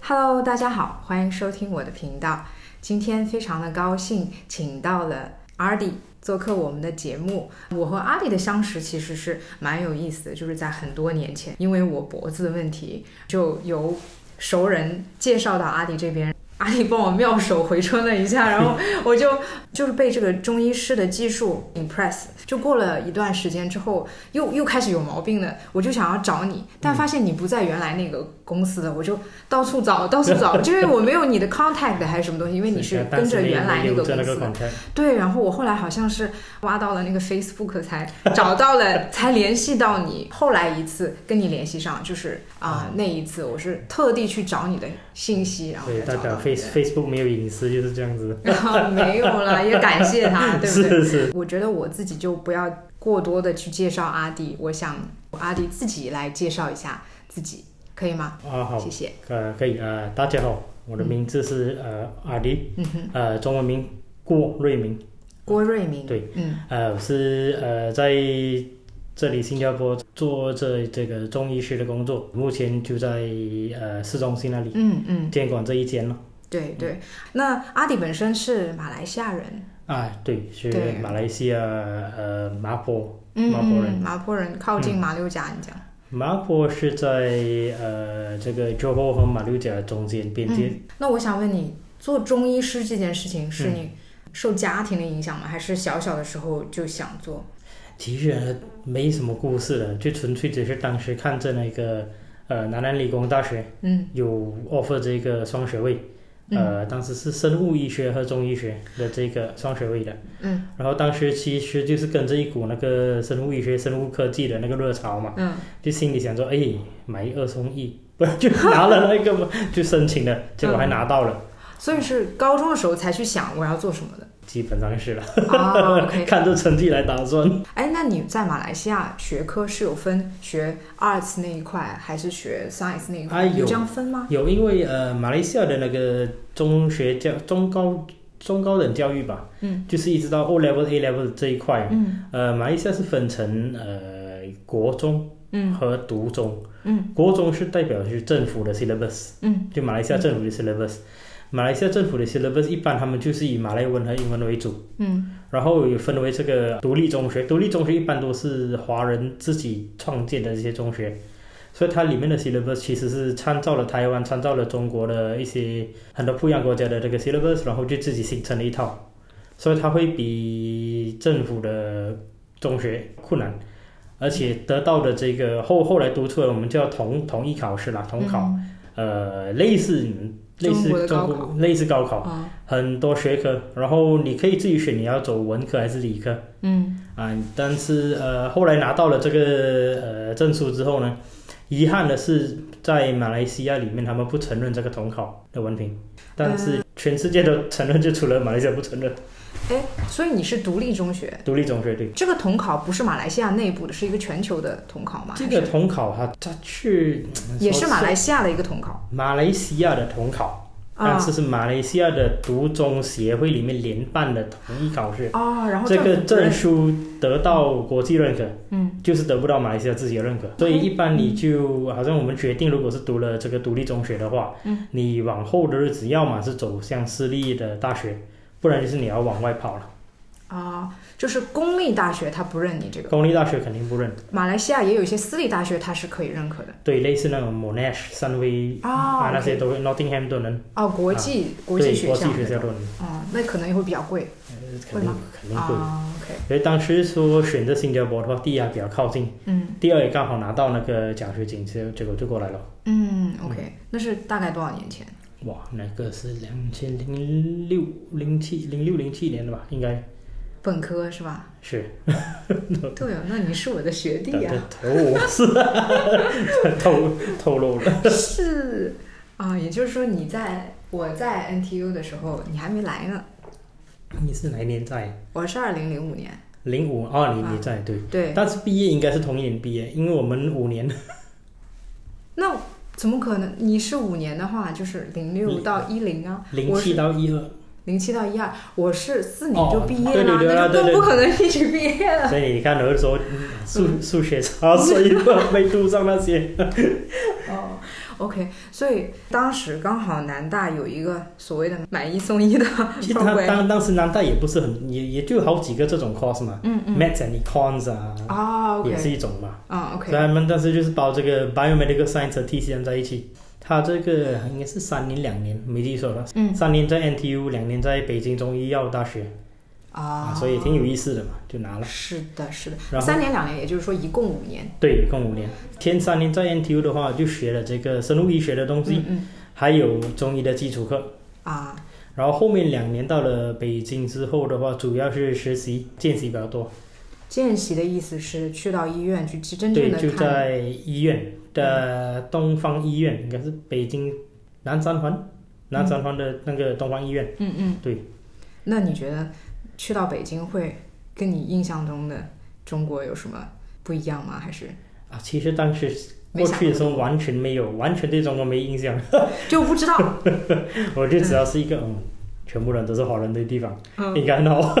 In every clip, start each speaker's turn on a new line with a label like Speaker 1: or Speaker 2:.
Speaker 1: Hello，大家好，欢迎收听我的频道。今天非常的高兴，请到了阿迪做客我们的节目。我和阿迪的相识其实是蛮有意思的，就是在很多年前，因为我脖子的问题，就由熟人介绍到阿迪这边。阿迪帮我妙手回春了一 下，然后我就就是被这个中医师的技术 impress。就过了一段时间之后，又又开始有毛病了，我就想要找你，
Speaker 2: 嗯
Speaker 1: 但发现你不在原来那个公司的，我就到处找，到处 找，因为我没有你的 contact 还是什么东西，因为你是跟着原来那个公司的。对，然后我后来好像是挖到了那个 Facebook 才找到 了，才联系到你。后来一次跟你联系上，就是啊、
Speaker 2: 嗯
Speaker 1: 那一次我是特地去找你的信息，然后
Speaker 2: 对，
Speaker 1: 才
Speaker 2: 代
Speaker 1: 找
Speaker 2: 表
Speaker 1: 到你
Speaker 2: Face
Speaker 1: 的。
Speaker 2: Facebook 没有隐私就是这样子
Speaker 1: 然后没有了，也感谢 他，
Speaker 2: 的，
Speaker 1: 啊对不对？
Speaker 2: 是是，
Speaker 1: 我觉得我自己就不要过多的去介绍阿迪，我想阿迪自己来介绍一下自己，可以吗？
Speaker 2: 啊好
Speaker 1: 谢，谢。嗯
Speaker 2: 呃可以呃大家好，我的名字是呃阿迪，呃中文名郭瑞明，
Speaker 1: 郭瑞明，
Speaker 2: 对，
Speaker 1: 嗯
Speaker 2: 呃我是呃在这里新加坡做这这个中医师的工作，目前就在呃市中心那里
Speaker 1: 嗯嗯，
Speaker 2: 监管这一间了。
Speaker 1: 对对。那阿迪本身是马来西亚人，
Speaker 2: 啊，对，是
Speaker 1: 对
Speaker 2: 马来西亚呃麻坡，
Speaker 1: 嗯，
Speaker 2: 麻坡
Speaker 1: 嗯
Speaker 2: 人
Speaker 1: 麻坡人，靠近马六甲，你讲。
Speaker 2: 麻坡是在呃这个 Johor 和马六甲中间边界
Speaker 1: 那我想问你，做中医师这件事情是你
Speaker 2: 嗯
Speaker 1: 受家庭的影响吗？还是小小的时候就想做？
Speaker 2: 其实呢没什么故事的，就纯粹只是当时看着那个呃南南理工大学
Speaker 1: 嗯
Speaker 2: 有 offer 这个双学位，呃，当时是生物医学和中医学的这个双学位的，
Speaker 1: 嗯
Speaker 2: 然后当时其实就是跟着一股那个生物医学、生物科技的那个热潮嘛，
Speaker 1: 嗯
Speaker 2: 就心里想说，哎，买一二送一，不然就拿了那个嘛，就申请了，结果还拿到了，
Speaker 1: 所以是高中的时候才去想我要做什么的。
Speaker 2: 基本上是了，
Speaker 1: 啊，OK。
Speaker 2: 看着成绩来打算。
Speaker 1: 哎，那你在马来西亚学科是有分学 arts 那一块，还是学 science 那一块？
Speaker 2: 哎
Speaker 1: 有
Speaker 2: 有
Speaker 1: 这样分吗？
Speaker 2: 有，因为呃，马来西亚的那个中学教、中高、中高等教育吧，
Speaker 1: 嗯，
Speaker 2: 就是一直到 O level、A level 这一块，
Speaker 1: 嗯
Speaker 2: 呃，马来西亚是分成呃国中
Speaker 1: 嗯
Speaker 2: 和独中，
Speaker 1: 嗯，
Speaker 2: 国中是代表是政府的 syllabus，
Speaker 1: 嗯
Speaker 2: 就马来西亚政府的 syllabus，、马来西亚政府的 syllabus 一般他们就是以马来文和英文为主，
Speaker 1: 嗯
Speaker 2: 然后也分为这个独立中学，独立中学一般都是华人自己创建的这些中学，所以它里面的 syllabus 其实是参照了台湾、参照了中国的一些很多不一样国家的这个 syllabus，然后就自己形成了一套，所以它会比政府的中学困难，而且得到的这个后后来读出来我们叫统统一考试啦，
Speaker 1: 嗯
Speaker 2: 统考，呃，类似类似
Speaker 1: 中国的高
Speaker 2: 中
Speaker 1: 考
Speaker 2: 国类似高考。
Speaker 1: 啊
Speaker 2: 很多学科，然后你可以自己选你要走文科还是理科
Speaker 1: 嗯
Speaker 2: 啊。但是呃，后来拿到了这个呃证书之后呢，遗憾的是在马来西亚里面他们不承认这个统考的文凭，但是全世界都承认，就除了马来西亚不承认
Speaker 1: 哎，所以你是独立中学，
Speaker 2: 独立中学对。
Speaker 1: 这个统考不是马来西亚内部的，是一个全球的统考吗？
Speaker 2: 这
Speaker 1: 还
Speaker 2: 个
Speaker 1: 是
Speaker 2: 统考哈，它去呃
Speaker 1: 也是马
Speaker 2: 说
Speaker 1: 来西亚的一个统考
Speaker 2: 马来西亚的统考，
Speaker 1: 啊
Speaker 2: 但是是马来西亚的独中协会里面联办的统一考试。
Speaker 1: 哦，然后
Speaker 2: 这个
Speaker 1: 政府不认
Speaker 2: 证书得到国际认可，
Speaker 1: 嗯，哦
Speaker 2: 就是得不到马来西亚自己的认可，所以一般你就好像我们决定，如果是读了这个独立中学的话，
Speaker 1: 嗯，
Speaker 2: 你往后的日子要么是走向私立的大学，不然就是你要往外跑了。
Speaker 1: 啊，就是公立大学它不认你这个，
Speaker 2: 公立大学肯定不认，
Speaker 1: 马来西亚也有一些私立大学它是可以认可的
Speaker 2: 对，类似那种 Monash、三威
Speaker 1: 啊
Speaker 2: 啊那些都会，Nottingham 都能，
Speaker 1: 哦，国际国际
Speaker 2: 啊对，
Speaker 1: 学
Speaker 2: 国
Speaker 1: 校
Speaker 2: 际学校都能，
Speaker 1: 哦，那可能也会比较贵
Speaker 2: 呃
Speaker 1: 会
Speaker 2: 肯定
Speaker 1: 吗
Speaker 2: 肯定会。
Speaker 1: 啊，OK，
Speaker 2: 所以当时说选择新加坡的话，第一还啊比较靠近，
Speaker 1: 嗯。
Speaker 2: 第二也刚好拿到那个奖学金，结结果就过来了。
Speaker 1: 嗯，OK，那是大概多少年前？
Speaker 2: 哇，那个是两千零六零七零六零七年的吧？应该
Speaker 1: 本科是吧？
Speaker 2: 是。嗯
Speaker 1: 对哦，那你是我的学弟啊呀、
Speaker 2: 头 我是透透露了。
Speaker 1: 是啊，也就是说你在我在 NTU 的时候，你还没来呢。
Speaker 2: 你是哪一年在？
Speaker 1: 我是二零零五年，
Speaker 2: 零五二零年在对，
Speaker 1: 对，
Speaker 2: 但是毕业应该是同一年毕业，因为我们五年
Speaker 1: 那怎么可能？你是五年的话，就是零六到一零啊，
Speaker 2: 零
Speaker 1: 我
Speaker 2: 七
Speaker 1: 是
Speaker 2: 到一二，
Speaker 1: 零七到一二，我是四年
Speaker 2: 哦
Speaker 1: 就毕业啊
Speaker 2: 对对对
Speaker 1: 那就
Speaker 2: 对对
Speaker 1: 更不可能一起毕业了。
Speaker 2: 所以你看，有
Speaker 1: 嗯
Speaker 2: 的时候嗯数数学差，所以没读上那些。
Speaker 1: 哦， OK，所以当时刚好南大有一个所谓的买一送 一的
Speaker 2: 其实他
Speaker 1: program，
Speaker 2: 当当时南大也不是很，也也就好几个这种 course 嘛、
Speaker 1: 嗯
Speaker 2: m
Speaker 1: 嗯，
Speaker 2: a t s and Econs 啊
Speaker 1: 啊
Speaker 2: 也是
Speaker 1: ，OK，
Speaker 2: 一种嘛。
Speaker 1: 啊，OK，
Speaker 2: 所以他们当时就是把这个 biomedical science 和 TCM 在一起。他这个应该是三年两年，没记错了，
Speaker 1: 嗯
Speaker 2: 三年在 NTU，两年在北京中医药大学
Speaker 1: 啊，
Speaker 2: 所以挺有意思的嘛，就拿了。
Speaker 1: 是的，是的，
Speaker 2: 然后
Speaker 1: 三年两年，也就是说一共五年，
Speaker 2: 对，一共五年。前三年在 NTU 的话，就学了这个生物医学的东西，
Speaker 1: 嗯嗯
Speaker 2: 还有中医的基础课。
Speaker 1: 啊，
Speaker 2: 然后后面两年到了北京之后的话，主要是实习见习比较多，
Speaker 1: 见习的意思是去到医院去真正
Speaker 2: 对，
Speaker 1: 的
Speaker 2: 就
Speaker 1: 看，嗯
Speaker 2: 在医院的东方医院，应该是北京南三环，南三环的那个东方医院。
Speaker 1: 嗯嗯，
Speaker 2: 对。
Speaker 1: 那你觉得去到北京会跟你印象中的中国有什么不一样吗？还是
Speaker 2: 啊，其实当时
Speaker 1: 没
Speaker 2: 过
Speaker 1: 想
Speaker 2: 去的时候完全没有，完全对中国没 印象，
Speaker 1: 就不知道？
Speaker 2: 我就只要是一个嗯，全部人都是华人的地方，
Speaker 1: 嗯，
Speaker 2: 应该很好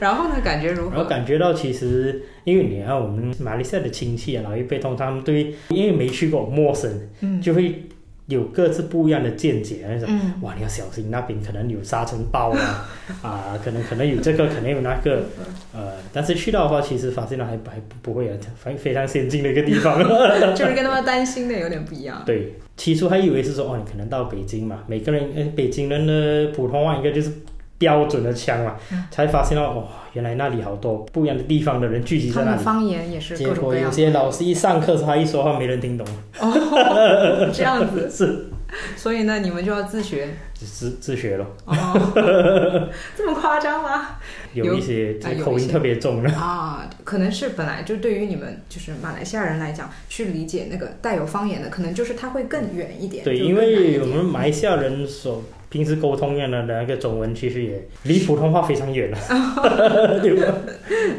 Speaker 1: 然后呢？感觉如
Speaker 2: 然后
Speaker 1: 何？
Speaker 2: 感觉到其实，因为你看我们马来西亚的亲戚啊、老一辈，通常他们对因为没去过陌生，
Speaker 1: 嗯
Speaker 2: 就会有各自不一样的见解。那种
Speaker 1: 嗯
Speaker 2: 哇，你要小心，那边可能有沙尘 暴啊，啊，可能可能有这个，可能有那个，呃，但是去到的话，其实发现了还还不不会啊，反正非常先进的一个地 方。
Speaker 1: 就是跟他们担心的有点不一样。
Speaker 2: 对，起初还以为是说哦，你可能到北京嘛，每个人呃，北京人的普通话应该就是标准的腔嘛，
Speaker 1: 嗯
Speaker 2: 才发现到哦，原来那里好多不一样的地方的人聚集
Speaker 1: 他
Speaker 2: 在那
Speaker 1: 们
Speaker 2: 里。
Speaker 1: 方言也是
Speaker 2: 结
Speaker 1: 各种
Speaker 2: 果
Speaker 1: 各
Speaker 2: 有
Speaker 1: 样
Speaker 2: 些老师一上课，他一说话没人听懂，
Speaker 1: 哦，这样子，
Speaker 2: 是
Speaker 1: 所以呢，你们就要自 学
Speaker 2: 自自学咯。
Speaker 1: 哦，这么夸张吗？有
Speaker 2: 有一些
Speaker 1: 啊有一些
Speaker 2: 口音特别重的，
Speaker 1: 啊，可能是本来就对于你们就是马来西亚人来讲，去理解那个带有方言的，可能就是它会更远一点。
Speaker 2: 对，
Speaker 1: 就更
Speaker 2: 因
Speaker 1: 难一
Speaker 2: 为
Speaker 1: 点
Speaker 2: 我们马来西亚人所平时沟通用的那个中文，其实也离普通话非常远了，啊
Speaker 1: 哦
Speaker 2: 对吧？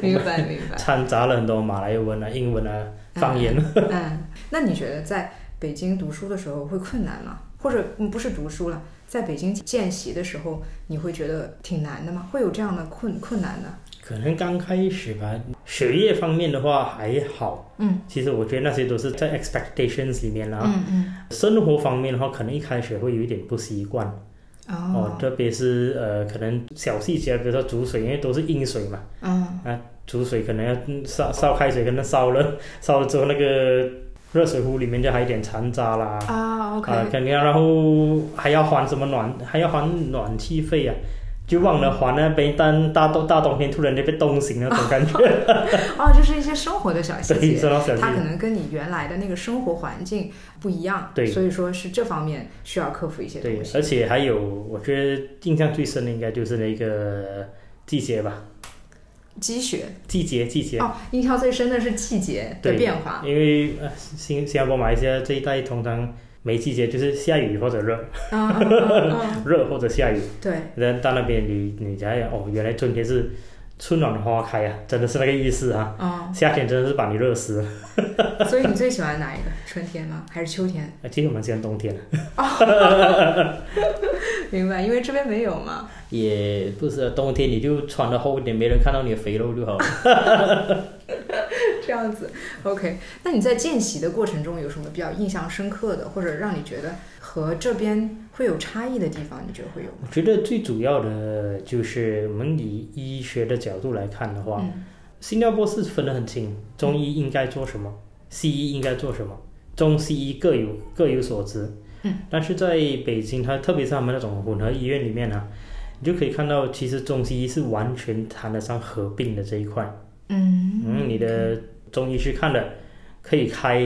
Speaker 1: 明白明白。
Speaker 2: 掺杂了很多马来文啊、英文啊、 方言。
Speaker 1: 嗯，那你觉得在北京读书的时候会困难吗？或者嗯不是读书了，在北京见习的时候，你会觉得挺难的吗？会有这样的困困难的？
Speaker 2: 可能刚开始吧，学业方面的话还好。
Speaker 1: 嗯，
Speaker 2: 其实我觉得那些都是在 expectations 里面啦、
Speaker 1: 嗯嗯。
Speaker 2: 生活方面的话，可能一开始会有一点不习惯哦
Speaker 1: 哦，，
Speaker 2: 特别是呃，可能小细节，比如说煮水，因为都是硬水嘛，
Speaker 1: 嗯，
Speaker 2: 煮水可能要嗯烧烧开水，可能烧了 烧了之后，那个热水壶里面就还有一点残渣啦。
Speaker 1: 啊，OK，
Speaker 2: 啊，肯定啊，然后还要还什么暖，还要还暖气费啊，就忘了还那边，但大冬大冬天突然就被冻醒那种感觉，
Speaker 1: 哦，就是一些生活的小细
Speaker 2: 对，
Speaker 1: 节，
Speaker 2: 说到小
Speaker 1: 它
Speaker 2: 心
Speaker 1: 可。能跟你原来的那个生活环境不一样，
Speaker 2: 对
Speaker 1: 所以说是这方面需要克服一些
Speaker 2: 对
Speaker 1: 东，西。
Speaker 2: 而且还有，我觉得印象最深的应该就是那个季节吧，
Speaker 1: 积雪
Speaker 2: 季节季节，
Speaker 1: 哦，印象最深的是季节的
Speaker 2: 对
Speaker 1: 变 化，
Speaker 2: 因为呃新新加坡、马来西亚这一带通常没季节，就是下雨或者热，
Speaker 1: 嗯嗯嗯嗯，
Speaker 2: 热或者下雨。
Speaker 1: 对，
Speaker 2: 然后到那边你你才哦，原来春天是春暖花开啊，真的是那个意思啊。
Speaker 1: 嗯，
Speaker 2: 夏天真的是把你热死了，
Speaker 1: 所以你最喜欢哪一个？春天吗？还是秋天？
Speaker 2: 呃其实我蛮喜欢冬天的，
Speaker 1: 明白，因为这边没有嘛。
Speaker 2: 也不是啊冬天你就穿的厚一点，没人看到你的肥肉就好了。
Speaker 1: 这样子，OK。那你在见习的过程中有什么比较印象深刻的，或者让你觉得和这边会有差异的地方？你觉得会有吗？
Speaker 2: 我觉得最主要的就是我们以医学的角度来看的话，
Speaker 1: 嗯
Speaker 2: 新加坡是分得很清，中医应该做什么，西医应该做什么，中西医各有各有所知。
Speaker 1: 嗯，
Speaker 2: 但是在北京，它特别是他们那种混合医院里面呢、你就可以看到，其实中西医是完全谈得上合并的这一块。
Speaker 1: 嗯
Speaker 2: 嗯，你的中医去看的，可以开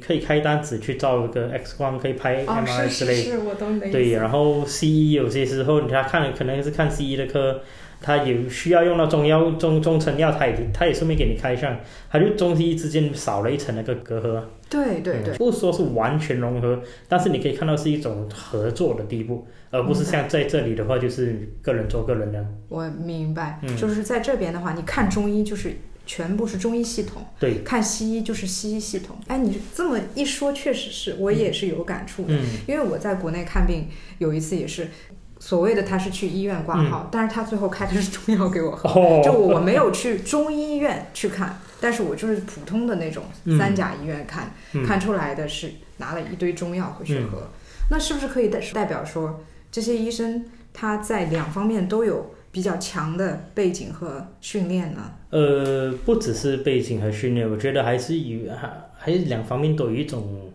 Speaker 2: 可以开单子去照一个 X 光，可以拍
Speaker 1: 哦，
Speaker 2: MRI
Speaker 1: 是是
Speaker 2: 之类的。
Speaker 1: 是，我懂你的意思。
Speaker 2: 对，然后西医有些时候他看可能是看西医的科，他有需要用到中药中中成药，他也他也顺便给你开上，他就中西医之间少了一层那个隔阂。
Speaker 1: 对对对
Speaker 2: 嗯，不说是完全融合，但是你可以看到是一种合作的地步，而不是
Speaker 1: 嗯
Speaker 2: 像在这里的话就是个人做个人的。
Speaker 1: 我明白，
Speaker 2: 嗯
Speaker 1: 就是在这边的话，你看中医就是全部是中医系统，
Speaker 2: 对，
Speaker 1: 看西医就是西医系统。哎，你这么一说，确实是我也是有感触的，
Speaker 2: 嗯
Speaker 1: 因为我在国内看病有一次也是。所谓的他是去医院挂
Speaker 2: 嗯
Speaker 1: 号，但是他最后开的是中药给我喝，
Speaker 2: 哦，
Speaker 1: 就我没有去中医院去看，但是我就是普通的那种
Speaker 2: 嗯
Speaker 1: 三甲医院看，
Speaker 2: 嗯
Speaker 1: 看出来的是拿了一堆中药回去
Speaker 2: 嗯
Speaker 1: 喝，那是不是可以代代表说这些医生他在两方面都有比较强的背景和训练呢？
Speaker 2: 呃，不只是背景和训练，我觉得还是有还还是两方面都有一种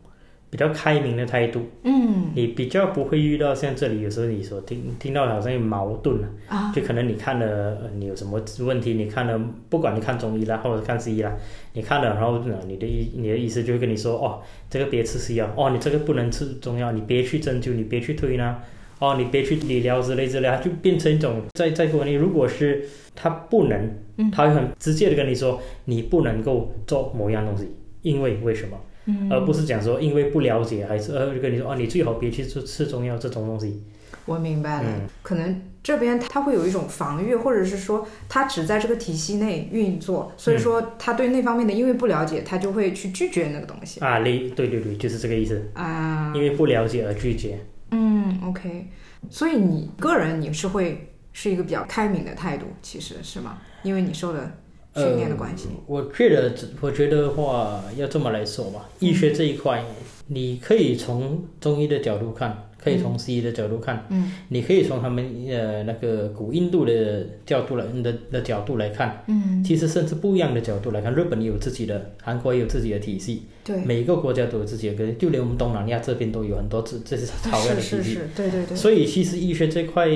Speaker 2: 比较开明的态度。
Speaker 1: 嗯
Speaker 2: 你比较不会遇到像这里有时候你所听听到的好像有矛盾啊，
Speaker 1: 啊，
Speaker 2: 就可能你看了呃你有什么问题，你看了不管你看中医啦，或者是看西医啦，你看了然后呢，你的医你的医师就会跟你说哦，这个别吃西药，哦你这个不能吃中药，你别去针灸，你别去推拿，哦你别去理疗之类之类，它就变成一种在在国内如果是他不能
Speaker 1: 嗯
Speaker 2: 他会很直接的跟你说，你不能够做某样东西，因为为什么？
Speaker 1: 嗯
Speaker 2: 而不是讲说因为不了解，还是呃就跟你说哦，你最好别去吃吃中药这种东西。
Speaker 1: 我明白了，
Speaker 2: 嗯
Speaker 1: 可能这边他会有一种防御，或者是说他只在这个体系内运作，
Speaker 2: 嗯
Speaker 1: 所以说他对那方面的因为不了解，他就会去拒绝那个东西
Speaker 2: 啊，类对对对，就是这个意思，
Speaker 1: 啊。
Speaker 2: 因为不了解而拒绝。
Speaker 1: 嗯，OK，所以你个人你是会是一个比较开明的态度，其实是吗？因为你受了训练的关系，
Speaker 2: 我觉得，我觉得话要这么来说吧，医学这一块，你可以从中医的角度看，可以从西医的角度看，
Speaker 1: 嗯，
Speaker 2: 你可以从他们呃那个古印度的角度来的的角度来看，
Speaker 1: 嗯，
Speaker 2: 其实甚至不一样的角度来看，日本也有自己的，韩国也有自己的体系，
Speaker 1: 对，
Speaker 2: 每一个国家都有自己的歌，就连我们东南亚这边都有很多这这是草原
Speaker 1: 啊是是
Speaker 2: 的体系。
Speaker 1: 是，对对对，
Speaker 2: 所以其实医学这块，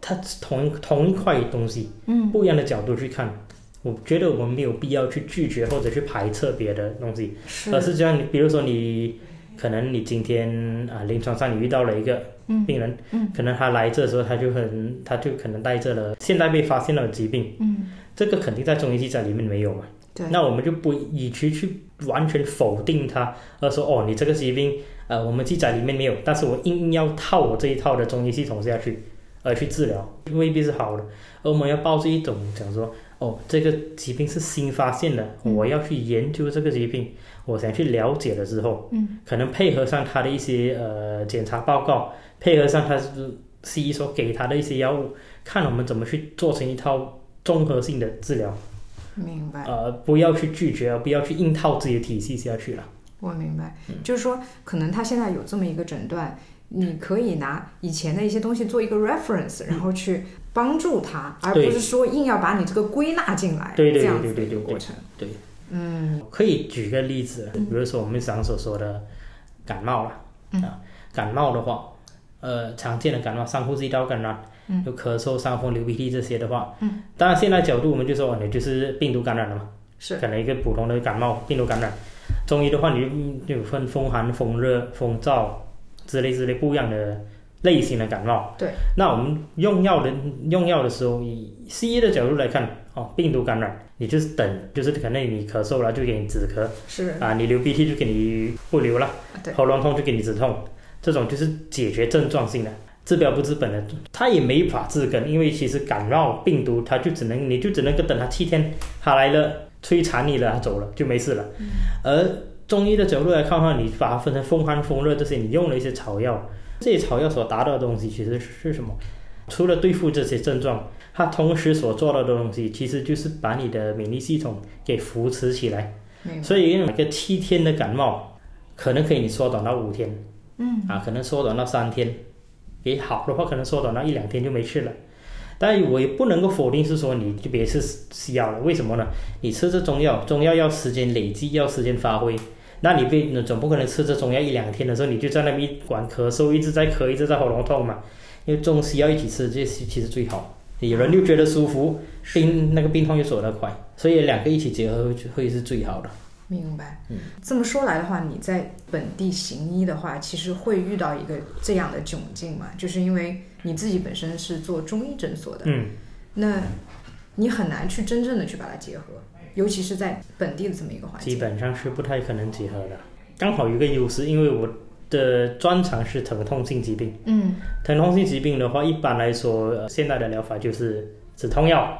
Speaker 2: 它同同一块东西，
Speaker 1: 嗯
Speaker 2: 不一样的角度去看，我觉得我们没有必要去拒绝或者去排斥别的东西，
Speaker 1: 是
Speaker 2: 而是这样，你比如说你。可能你今天啊，临床上你遇到了一个
Speaker 1: 嗯
Speaker 2: 病人，
Speaker 1: 嗯
Speaker 2: 可能他来这的时候他就很，他就可能带着了现在被发现了疾病，
Speaker 1: 嗯，
Speaker 2: 这个肯定在中医记载里面没有嘛。
Speaker 1: 对，
Speaker 2: 那我们就不以其去完全否定它，而说哦，你这个疾病，呃，我们记载里面没有，但是我硬硬要套我这一套的中医系统下去，而去治疗，未必是好的。而我们要抱着一种讲说，哦，这个疾病是新发现的，
Speaker 1: 嗯
Speaker 2: 我要去研究这个疾病，我想去了解了之后，
Speaker 1: 嗯，
Speaker 2: 可能配合上他的一些呃检查报告，配合上他是西医所给他的一些药物，看我们怎么去做成一套综合性的治疗。
Speaker 1: 明白。
Speaker 2: 呃，不要去拒绝，不要去硬套自己的体系下去了。
Speaker 1: 我明白，
Speaker 2: 嗯
Speaker 1: 就是说，可能他现在有这么一个诊断，你可以拿以前的一些东西做一个
Speaker 2: 嗯
Speaker 1: reference，然后去帮助他，而不
Speaker 2: 对
Speaker 1: 是说硬要把你这个归纳进来，
Speaker 2: 对对
Speaker 1: 这样
Speaker 2: 对
Speaker 1: 子的
Speaker 2: 对
Speaker 1: 一个
Speaker 2: 对
Speaker 1: 过
Speaker 2: 对
Speaker 1: 程。
Speaker 2: 对，
Speaker 1: 嗯
Speaker 2: 可以举个例子，比如说我们常所说的感冒啦，
Speaker 1: 嗯
Speaker 2: 啊，感冒的话，呃，常见的感冒，上呼吸道感染，
Speaker 1: 嗯
Speaker 2: 有咳嗽、伤风、流鼻涕这些的话，
Speaker 1: 嗯，
Speaker 2: 当然现在角度我们就说，哦你就是病毒感染了嘛，
Speaker 1: 是
Speaker 2: 可能一个普通的感冒、病毒感染。中医的话，你就有分风寒、风热、风燥之类之类不一样的类型的感冒。
Speaker 1: 对。
Speaker 2: 那我们用药的用药的时候，以西医的角度来看，哦，病毒感染，你就是等，就是可能你咳嗽了就给你止咳
Speaker 1: 是，
Speaker 2: 啊，你流鼻涕就给你不流了，
Speaker 1: 对，
Speaker 2: 喉咙痛就给你止痛，这种就是解决症状性的。治标不治本的，它也没法治根，因为其实感冒病毒，它就只能你就只能够等它七天，它来了摧残你了，它走了就没事了。而中医的角度来看的话，你把它分成风寒、风热这些，你用了一些草药，这些草药所达到的东西其实是什么？除了对付这些症状，它同时所做到的东西，其实就是把你的免疫系统给扶持起来。
Speaker 1: 明白。
Speaker 2: 所以，一个七天的感冒，可能可以你缩短到五天。
Speaker 1: 嗯
Speaker 2: 啊，可能缩短到三天，也好的话可能缩短到一两天就没事了。但我也不能够否定是说你就别吃西药了，为什么呢？你吃这中药，中药要时间累积，要时间发挥。那你被你总不可能吃这中药一两天的时候，你就在那边一管咳嗽，一直在咳，一直在喉咙痛嘛。因为中西药一起吃，这是其实最好。有人又觉得舒服，病那个病痛又走得快，所以两个一起结合会会是最好的。
Speaker 1: 明白。
Speaker 2: 嗯
Speaker 1: 这么说来的话，你在本地行医的话，其实会遇到一个这样的窘境嘛，就是因为你自己本身是做中医诊所的，
Speaker 2: 嗯，
Speaker 1: 那你很难去真正的去把它结合，尤其是在本地的这么一个环
Speaker 2: 基
Speaker 1: 境。
Speaker 2: 本上是不太可能结合的。刚好有一个优势，因为我的专长是疼痛性疾病。
Speaker 1: 嗯，
Speaker 2: 疼痛性疾病的话，一般来说，呃现在的疗法就是止痛药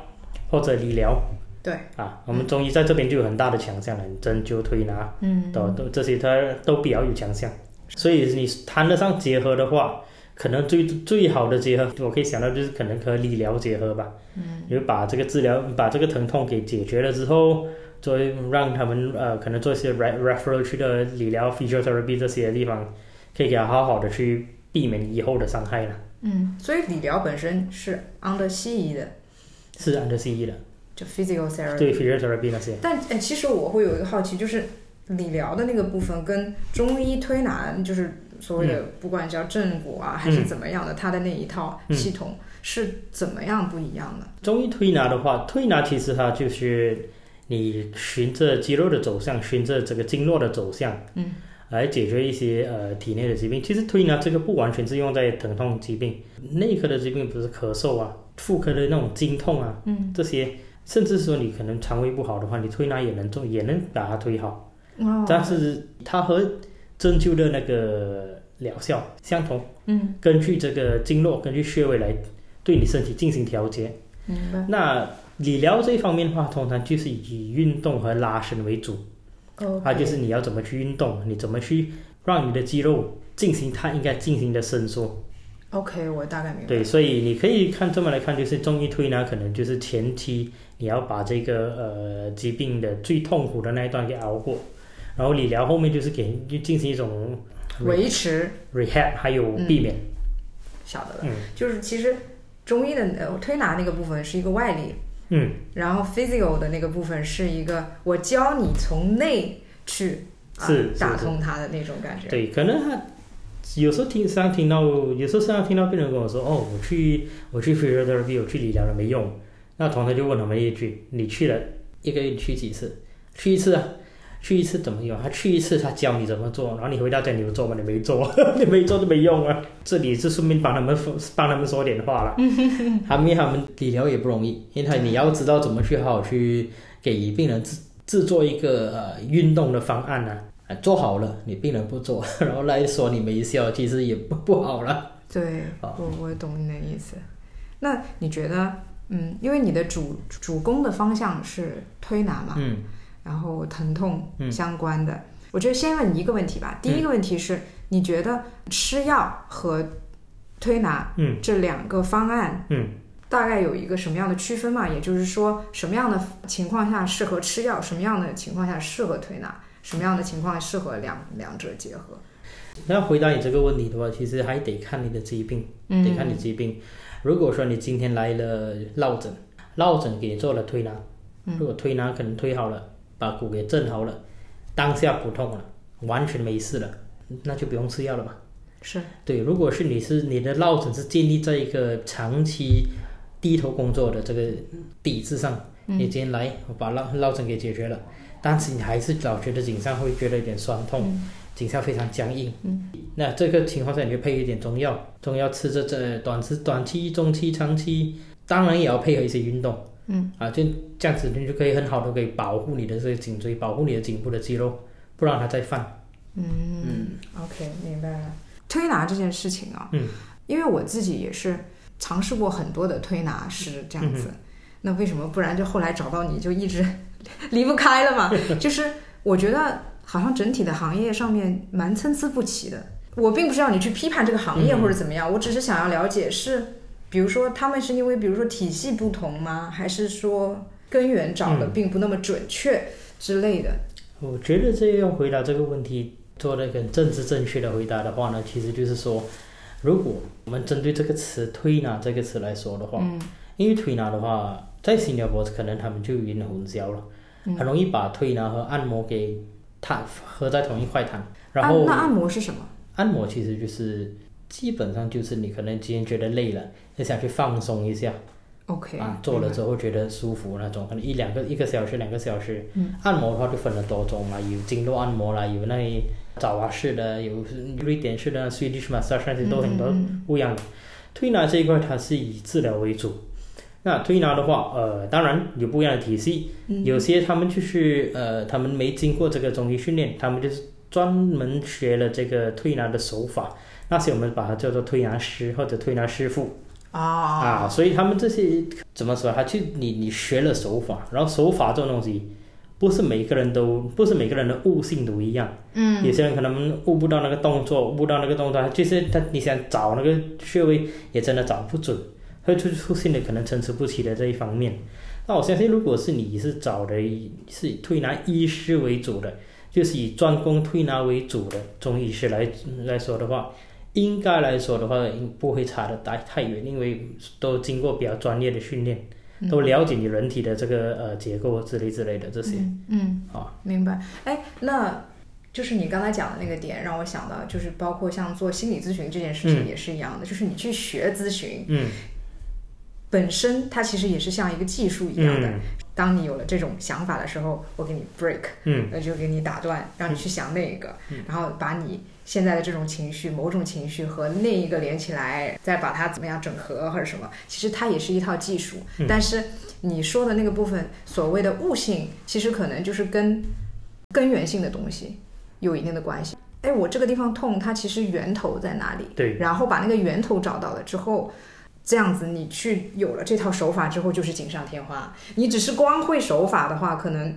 Speaker 2: 或者理疗
Speaker 1: 对，
Speaker 2: 啊。我们中医在这边就有很大的强项了，针灸、推拿
Speaker 1: 嗯，
Speaker 2: 都都这些它都比较有强项。所以你谈得上结合的话，可能最最好的结合，我可以想到就是可能和理疗结合吧。嗯，就把这个治疗，把这个疼痛给解决了之后，作为让他们呃，可能做一些 re referral 去的理疗、physiotherapy 这些地方，可以给他好好的去避免以后的伤害了。
Speaker 1: 嗯，所以理疗本身是 under 西医的，
Speaker 2: 是按照西医的，
Speaker 1: 就 physiotherapy。
Speaker 2: 对 physiotherapy 那些。
Speaker 1: 但呃，其实我会有一个好奇，就是理疗的那个部分跟中医推拿，就是所谓
Speaker 2: 嗯
Speaker 1: 的不管叫正骨啊、还是怎么样的，它的那一套
Speaker 2: 嗯
Speaker 1: 系统是怎么样不一样的？
Speaker 2: 中医推拿的话，推拿其实它就是你循着肌肉的走向，循着这个经络的走向，
Speaker 1: 嗯，
Speaker 2: 来解决一些呃体内的疾病。其实推拿这个不完全是用在疼痛疾病，内科的疾病不是咳嗽啊，妇科的那种经痛啊，
Speaker 1: 嗯，
Speaker 2: 这些，甚至说你可能肠胃不好的话，你推拿也能做，也能把它推好。
Speaker 1: 哦，
Speaker 2: 但是它和针灸的那个疗效相同，
Speaker 1: 嗯，
Speaker 2: 根据这个经络，根据穴位来对你身体进行调节。
Speaker 1: 明白。
Speaker 2: 那理疗这一方面的话，通常就是以运动和拉伸为主，
Speaker 1: 哦，
Speaker 2: 它就是你要怎么去运动，你怎么去让你的肌肉进行它应该进行的伸缩。
Speaker 1: OK，我大概明白。
Speaker 2: 对，所以你可以看这么来看，就是中医推拿可能就是前期你要把这个呃疾病的最痛苦的那一段给熬过，然后理疗后面就是给就进行一种
Speaker 1: 维持
Speaker 2: rehab 还有避免。
Speaker 1: 晓得了，
Speaker 2: 嗯
Speaker 1: 就是其实中医的呃推拿那个部分是一个外力，
Speaker 2: 嗯，
Speaker 1: 然后 physio 的那个部分是一个我教你从内去、啊、
Speaker 2: 是是
Speaker 1: 打通它的那种感觉。
Speaker 2: 对，可能他有时候听上听到，有时候上听到病人跟我说，哦，我去我去 physiotherapy，我去理疗了没用。那同学就问他们一句，你去了一个月你去几次？去一次啊。去一次怎么用？他去一次，他教你怎么做，然后你回到家你有做吗？你没做，你没做就没用啊。这里是顺便帮他们说帮他们说点话了。他们他们理疗也不容易，因为他你要知道怎么去好好去给病人制制作一个呃运动的方案呢、啊，做好了，你病人不做， 然后来说你没效，其实也不不好了。
Speaker 1: 对，
Speaker 2: 好
Speaker 1: 我我懂你的意思。那你觉得，嗯，因为你的主主攻的方向是推拿嘛，
Speaker 2: 嗯
Speaker 1: 然后疼痛
Speaker 2: 嗯
Speaker 1: 相关的，我觉得先问你一个问题吧。第一个问题是，你觉得吃药和推拿
Speaker 2: 嗯
Speaker 1: 这两个方案，
Speaker 2: 嗯，
Speaker 1: 大概有一个什么样的区分嘛？也就是说，什么样的情况下适合吃药，什么样的情况下适合推拿，什么样的情况下适合两两者结合？
Speaker 2: 那回答你这个问题的话，其实还得看你的疾病，
Speaker 1: 嗯
Speaker 2: 得看你疾病。如果说你今天来了落枕，落枕给做了推拿，如果推拿可能推好了，把骨给震好了，当下不痛了，完全没事了，那就不用吃药了嘛。
Speaker 1: 是，
Speaker 2: 对，如果是你是你的落枕是建立在一个长期低头工作的这个底子上，你今天来我把落落枕给解决了，但是你还是老觉得颈上会觉得有点酸痛，颈项非常僵硬，那这个情况下你就配一点中药，中药吃着这短时短期、中期、长期，当然也要配合一些运动，
Speaker 1: 嗯，
Speaker 2: 啊，就这样子你就可以很好的可以保护你的这个颈椎，保护你的颈部的肌肉，不让它再犯。
Speaker 1: 嗯，OK，明白了。推拿这件事情啊，
Speaker 2: 嗯，
Speaker 1: 因为我自己也是尝试过很多的推拿师这样子，那为什么不然就后来找到你就一直 离不开了嘛？就是我觉得好像整体的行业上面蛮参差不齐的。我并不是要你去批判这个行业
Speaker 2: 嗯
Speaker 1: 或者怎么样，我只是想要了解是，比如说他们是因为比如说体系不同吗？还是说根源找的并不那么准确之类的？
Speaker 2: 我觉得这要回答这个问题，做那个政治正确的回答的话呢，其实就是说，如果我们针对这个词“推拿”这个词来说的话，
Speaker 1: 嗯
Speaker 2: 因为推拿的话，在新加坡可能他们就已经混淆了，
Speaker 1: 嗯
Speaker 2: 很容易把推拿和按摩给它合在同一块谈。然后
Speaker 1: 按那按摩是什么？
Speaker 2: 按摩其实就是基本上就是你可能今天觉得累了，你想去放松一下
Speaker 1: OK，
Speaker 2: 啊，做了之后觉得舒服那种，可能一两个一个小时两个小时。
Speaker 1: 嗯
Speaker 2: 按摩的话就分了多种嘛，有经络按摩啦，有那爪哇式的，有瑞典式的 Swedish massage 那些都很多
Speaker 1: 嗯嗯
Speaker 2: 不一样的。推拿这一块它是以治疗为主。那推拿的话，呃，当然有不一样的体系，
Speaker 1: 嗯
Speaker 2: 有些他们就是呃，他们没经过这个中医训练，他们就是专门学了这个推拿的手法，那些我们把它叫做推拿师或者推拿师傅。
Speaker 1: 啊
Speaker 2: 啊，所以他们这些怎么说？他去你你学了手法，然后手法这种东西，不是每个人都不是每个人的悟性都一样。
Speaker 1: 嗯
Speaker 2: 有些人可能悟不到那个动作，悟不到那个动作，就是他你想找那个穴位也真的找不准，会出出现的可能参差不齐的这一方面。那我相信，如果是你是找的以是以推拿医师为主的，就是以专攻推拿为主的中医师来来说的话，应该来说的话不会差的太太远，因为都经过比较专业的训练，
Speaker 1: 嗯
Speaker 2: 都了解你人体的这个呃结构之类之类的这些。
Speaker 1: 嗯嗯
Speaker 2: 啊，
Speaker 1: 明白。哎，那就是你刚才讲的那个点，让我想到就是包括像做心理咨询这件事情也是一样的，就是你去学咨询
Speaker 2: 嗯
Speaker 1: 本身，它其实也是像一个技术一样的。
Speaker 2: 嗯
Speaker 1: 当你有了这种想法的时候，我给你 break，
Speaker 2: 嗯
Speaker 1: 那就给你打断，让你去想那个，然后把你现在的这种情绪、某种情绪和那一个连起来，再把它怎么样整合或者什么。其实它也是一套技术，
Speaker 2: 嗯
Speaker 1: 但是你说的那个部分，所谓的悟性，其实可能就是跟根源性的东西有一定的关系。哎，我这个地方痛，它其实源头在哪里？
Speaker 2: 对
Speaker 1: 然后把那个源头找到了之后，这样子你去有了这套手法之后，就是锦上添花。你只是光会手法的话，可能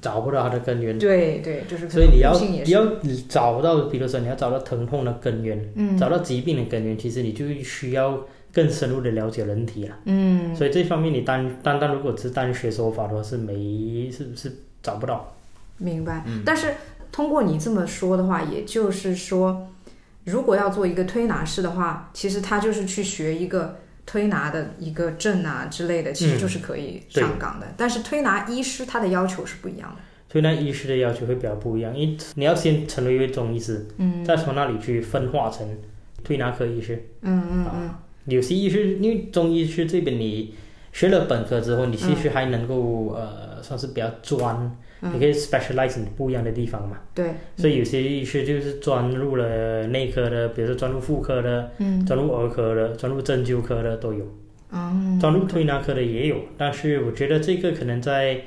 Speaker 2: 找不到它的根源。
Speaker 1: 对对，就是可
Speaker 2: 所以
Speaker 1: 能
Speaker 2: 你要
Speaker 1: 悟性也
Speaker 2: 你
Speaker 1: 是
Speaker 2: 要找到，比如说你要找到疼痛的根源，
Speaker 1: 嗯
Speaker 2: 找到疾病的根源，其实你就需要更深入的了解人体了。
Speaker 1: 嗯
Speaker 2: 所以这方面你单单单如果只单学手法的话是没是是找不到。
Speaker 1: 明白。但是通过你这么说的话，也就是说，如果要做一个推拿师的话，其实他就是去学一个。推拿的一个证啊之类的，其实就是可以
Speaker 2: 对
Speaker 1: 上岗的。但是推拿医师他的要求是不一样的。
Speaker 2: 所以那医师的要求会比较不一样，因为你要先成为一位中医师，
Speaker 1: 嗯
Speaker 2: 再从那里去分化成推拿科医师。
Speaker 1: 嗯嗯嗯，
Speaker 2: 有些医师因为中医师这边你学了本科之后，你其实还能够、呃算是比较专，
Speaker 1: 嗯
Speaker 2: 你可以 specialize 你不一样的地方嘛。
Speaker 1: 对，
Speaker 2: 所以有些医师就是专入了内科的，比如说专入妇科的，
Speaker 1: 嗯
Speaker 2: 专入儿科的，专入针灸科的都有，
Speaker 1: 嗯
Speaker 2: 专入推拿科的也有。但是我觉得这个可能在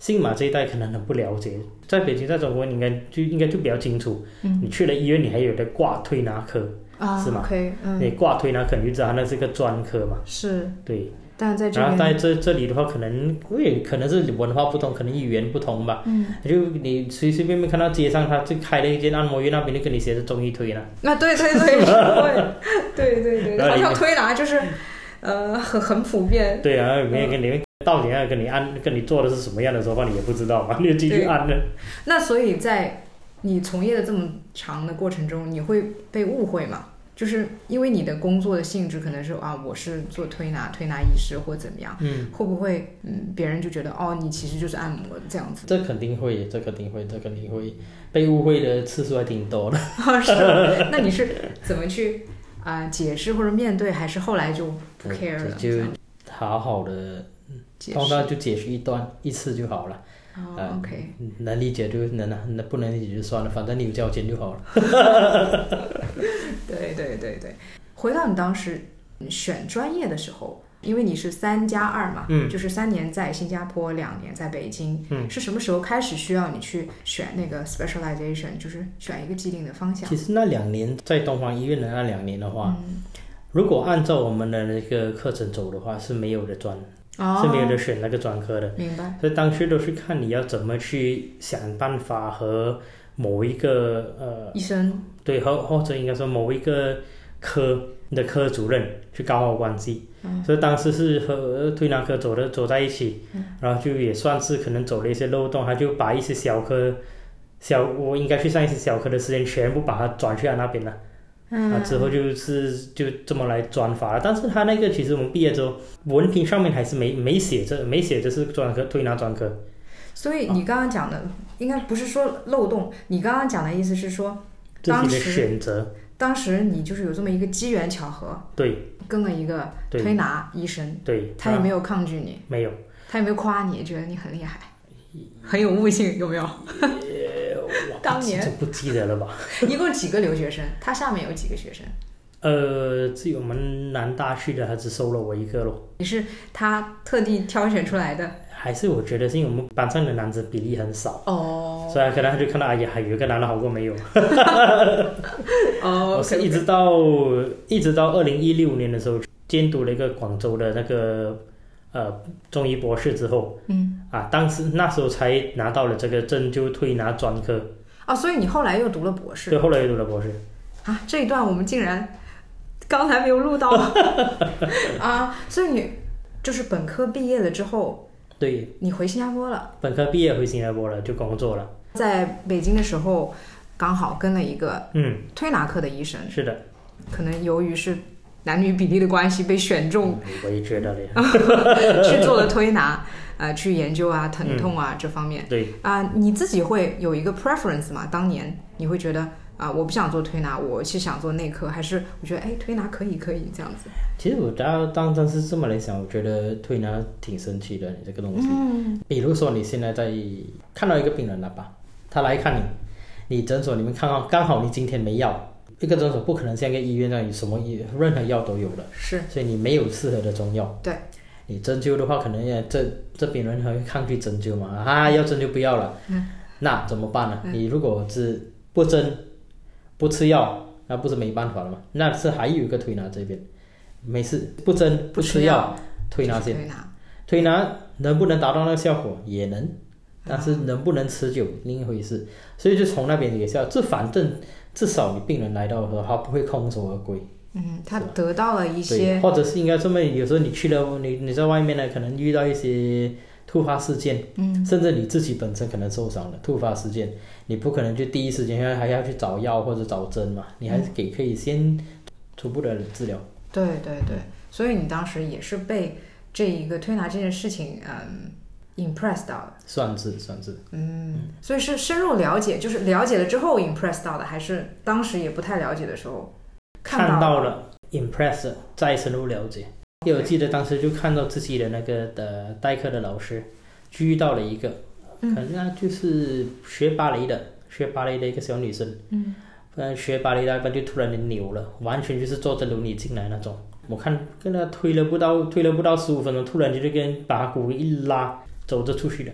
Speaker 2: 信马这一代可能很不了解，在北京，在中国你应该就应该就比较清楚。
Speaker 1: 嗯
Speaker 2: 你去了医院，你还有的挂推拿科，
Speaker 1: 啊，
Speaker 2: 是吗
Speaker 1: OK，
Speaker 2: 你
Speaker 1: 嗯，
Speaker 2: 挂推拿科你就知道它那是个专科嘛。
Speaker 1: 是，
Speaker 2: 对，
Speaker 1: 但在这
Speaker 2: 然后在
Speaker 1: 边，
Speaker 2: 这这里的话，可能也可能是文化不同，可能语言不同吧。
Speaker 1: 嗯，
Speaker 2: 就你随随便便看到街上，他就开了一间按摩院，那边就跟你写着中医推拿。
Speaker 1: 那对对对对对对对，
Speaker 2: 然后
Speaker 1: 好
Speaker 2: 里面
Speaker 1: 像推拿就是，呃，很很普遍，
Speaker 2: 对啊，没有跟你到底要跟你按跟你做的是什么样的手法，你也不知道嘛， 你就继续
Speaker 1: 对
Speaker 2: 按了。
Speaker 1: 那所以在你从业的这么长的过程中，你会被误会吗？就是因为你的工作的性质可能是啊，我是做推拿、推拿医师或怎么样，
Speaker 2: 嗯，
Speaker 1: 会不会嗯，别人就觉得哦，你其实就是按摩这样子？
Speaker 2: 这肯定会，这肯定会，这肯定会被误会的次数还挺多的。
Speaker 1: 是吗，那你是怎么去啊、解释或者面对，还是后来就不 care 了？
Speaker 2: 就
Speaker 1: 这
Speaker 2: 就
Speaker 1: 样
Speaker 2: 好好的，
Speaker 1: 解
Speaker 2: 通
Speaker 1: 释
Speaker 2: 常就解释一段一次就好了，
Speaker 1: 哦
Speaker 2: 呃
Speaker 1: ，OK，
Speaker 2: 能理解就能啊，能不能理解就算了，反正你有交钱就好了。
Speaker 1: 对对对对。回到你当时选专业的时候，因为你是三加二嘛，
Speaker 2: 嗯
Speaker 1: 就是三年在新加坡，两年在北京，
Speaker 2: 嗯
Speaker 1: 是什么时候开始需要你去选那个 specialization，就是选一个既定的方向
Speaker 2: 其？实那两年在东方医院的那两年的话，
Speaker 1: 嗯，
Speaker 2: 如果按照我们的那个课程走的话，是没有的专，是没有
Speaker 1: 哦，
Speaker 2: 的选那个专科的。
Speaker 1: 明白，
Speaker 2: 所以当时都是看你要怎么去想办法和某一个呃，
Speaker 1: 医生，
Speaker 2: 对，和或者应该说某一个科你的科主任去搞好关系。
Speaker 1: 嗯
Speaker 2: 所以当时是和推拿科走的走在一起，
Speaker 1: 嗯
Speaker 2: 然后就也算是可能走了一些漏洞，他就把一些小科。小我应该去上一些小科的时间，全部把它转去他那边了。啊，
Speaker 1: 嗯，
Speaker 2: 之后就是就这么来转法了。但是他那个其实我们毕业之后，文凭上面还是没没写这没写这是专科推拿专科。
Speaker 1: 所以你刚刚讲的应该不是说漏洞，你刚刚讲的意思是说，
Speaker 2: 自己
Speaker 1: 当
Speaker 2: 的
Speaker 1: 时
Speaker 2: 选择，
Speaker 1: 当时你就是有这么一个机缘巧合，
Speaker 2: 对
Speaker 1: 跟了一个
Speaker 2: 对
Speaker 1: 推拿医生，
Speaker 2: 对，
Speaker 1: 他也没
Speaker 2: 有、
Speaker 1: 有抗拒你，
Speaker 2: 没有，
Speaker 1: 他有没有夸你，觉得你很厉害，很有悟性，有没 有？当
Speaker 2: 这
Speaker 1: 年
Speaker 2: 不记得了吧？
Speaker 1: 一共几个留学生？他下面有几个学生？
Speaker 2: 呃，至于我们南大去的，他只收了我一个咯。
Speaker 1: 你是他特地挑选出来的
Speaker 2: 还是我觉得是因为我们班上的男子比例很少，
Speaker 1: 哦
Speaker 2: 所以可能他就看到哎呀，还有一个男的好过没有。
Speaker 1: 哦
Speaker 2: 我是一直到一直到二零一六年的时候，监督了一个广州的那个呃中医博士之后
Speaker 1: 嗯，
Speaker 2: 啊，当时那时候才拿到了这个证，就推拿专科，
Speaker 1: 哦，所以你后来又读了博士
Speaker 2: 对，后来又读了博士。
Speaker 1: 啊？这一段我们竟然刚才没有 录到啊！所以你就是本科毕业了之后，
Speaker 2: 对，
Speaker 1: 你回新加坡了，
Speaker 2: 本科毕业回新加坡了，就工作了。
Speaker 1: 在北京的时候刚好跟了一个
Speaker 2: 嗯，
Speaker 1: 推拿科的医生，
Speaker 2: 是的，
Speaker 1: 可能由于是男女比例的关系被选中
Speaker 2: 嗯啊我也觉得嘞。
Speaker 1: 去做了推拿，呃，去研究啊疼痛啊、这方面
Speaker 2: 对，
Speaker 1: 啊、你自己会有一个 preference 吗？当年你会觉得啊、我不想做推拿，我是想做内科，还是我觉得哎推拿可以可以这样子？
Speaker 2: 其实我当当真是这么来想，我觉得推拿挺神奇的，你这个东西。
Speaker 1: 嗯
Speaker 2: 比如说你现在在看到一个病人了吧，他来看你，你诊所里面看到刚好你今天没药，一个诊所不可能像一个医院那样有什么医任何药都有的，
Speaker 1: 是
Speaker 2: 所以你没有适合的中药。
Speaker 1: 对，
Speaker 2: 你针灸的话，可能也这这病人还会抗拒针灸嘛，啊，要针就不要了。
Speaker 1: 嗯
Speaker 2: 那怎么办呢？你如果只不针，不吃药，那不是没办法了嘛？那是还有一个推拿这边，没事，不针不吃药，推拿
Speaker 1: 就是
Speaker 2: 先。
Speaker 1: 推拿
Speaker 2: 推拿能不能达到那个效果也能，但是能不能持久另一回事。所以就从那边也是要，这反正至少你病人来到的时候，他不会空手而归。
Speaker 1: 嗯，他得到了一
Speaker 2: 对，
Speaker 1: 些
Speaker 2: 或者是应该这么，有时候你去了，你你在外面呢，可能遇到一些突发事件，嗯，甚至你自己本身可能受伤了，突发事件，你不可能就第一时间还还要去找药或者找
Speaker 1: 嗯
Speaker 2: 针嘛，你还是给可以先初步的治疗。
Speaker 1: 对对对，所以你当时也是被这一个推拿这件事情嗯 impress 到了，
Speaker 2: 算是算是，
Speaker 1: 嗯，所以是深入了解，就是了解了之后 impress 到的，还是当时也不太了解的时候看到
Speaker 2: 看到了 impress，再深入了解。因为我记得当时就看到自己的那个的代课的老师，遇到了一个，可
Speaker 1: 嗯
Speaker 2: 能她就是学芭蕾的，学芭蕾的一个小女生，
Speaker 1: 嗯，
Speaker 2: 呃，学芭蕾那边就突然的扭了，完全就是坐着轮椅进来那种。我看跟她推了不到推了不到十五分钟，突然就跟人把她骨一拉，走着出去的。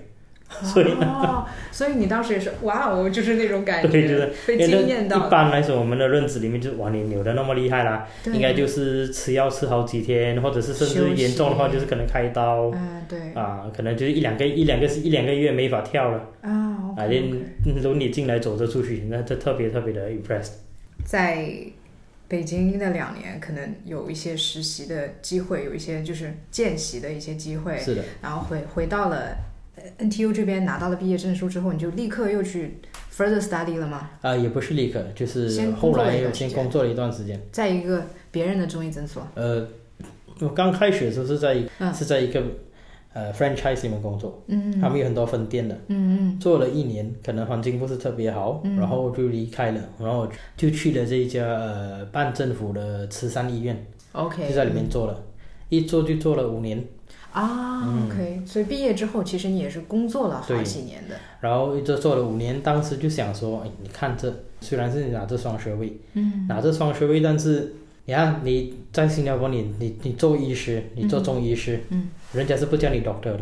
Speaker 2: 所以
Speaker 1: 哦，所以你当时也是哇哦，就是那种感
Speaker 2: 对就
Speaker 1: 觉
Speaker 2: 是，
Speaker 1: 被
Speaker 2: 因为
Speaker 1: 惊
Speaker 2: 那
Speaker 1: 艳到
Speaker 2: 一
Speaker 1: 了，
Speaker 2: 般来说，我们的认知里面就是哇，你扭的那么厉害啦，
Speaker 1: 对
Speaker 2: 应该就是吃药吃好几天，或者是甚至严重的话
Speaker 1: 休息
Speaker 2: 就是可能开刀
Speaker 1: 嗯，对啊
Speaker 2: 哦啊，可能就是一两个一两个一两个月没法跳了，啊，
Speaker 1: ，OK，OK，
Speaker 2: 连轮椅进来走着出去，那这特别特别的 impressed。
Speaker 1: 在北京的两年，可能有一些实习的机会，有一些就是见习的一些机会，
Speaker 2: 是的，
Speaker 1: 然后回回到了呃 NTU 这边拿到了毕业证书之后，你就立刻又去 further study 了吗？
Speaker 2: 啊，也不是立刻，就是
Speaker 1: 先
Speaker 2: 后
Speaker 1: 工作了
Speaker 2: 来
Speaker 1: 一段
Speaker 2: 又
Speaker 1: 时
Speaker 2: 先
Speaker 1: 间
Speaker 2: 工作了一段时间，
Speaker 1: 在一个别人的中医诊所，
Speaker 2: 呃，我刚开始的时候是在一
Speaker 1: 嗯
Speaker 2: 是在一个呃 franchise 里面工作，
Speaker 1: 嗯
Speaker 2: 他们有很多分店的。
Speaker 1: 嗯
Speaker 2: 做了一年，可能环境不是特别好，然后就离开了，然后就去了这一家呃半政府的慈善医院，
Speaker 1: 嗯，OK，
Speaker 2: 就在里面做了，一做就做了五年，
Speaker 1: 啊、o
Speaker 2: 嗯
Speaker 1: k 所以毕业之后，其实你也是工作了好几年的，
Speaker 2: 然后一做做了五年，当时就想说，哎，你看这虽然是你拿着双学位，
Speaker 1: 嗯，
Speaker 2: 拿着双学位，但是你看你在新加坡你，你你做医师，你做中医师，
Speaker 1: 嗯，哦
Speaker 2: 人家是不叫你 doctor 的。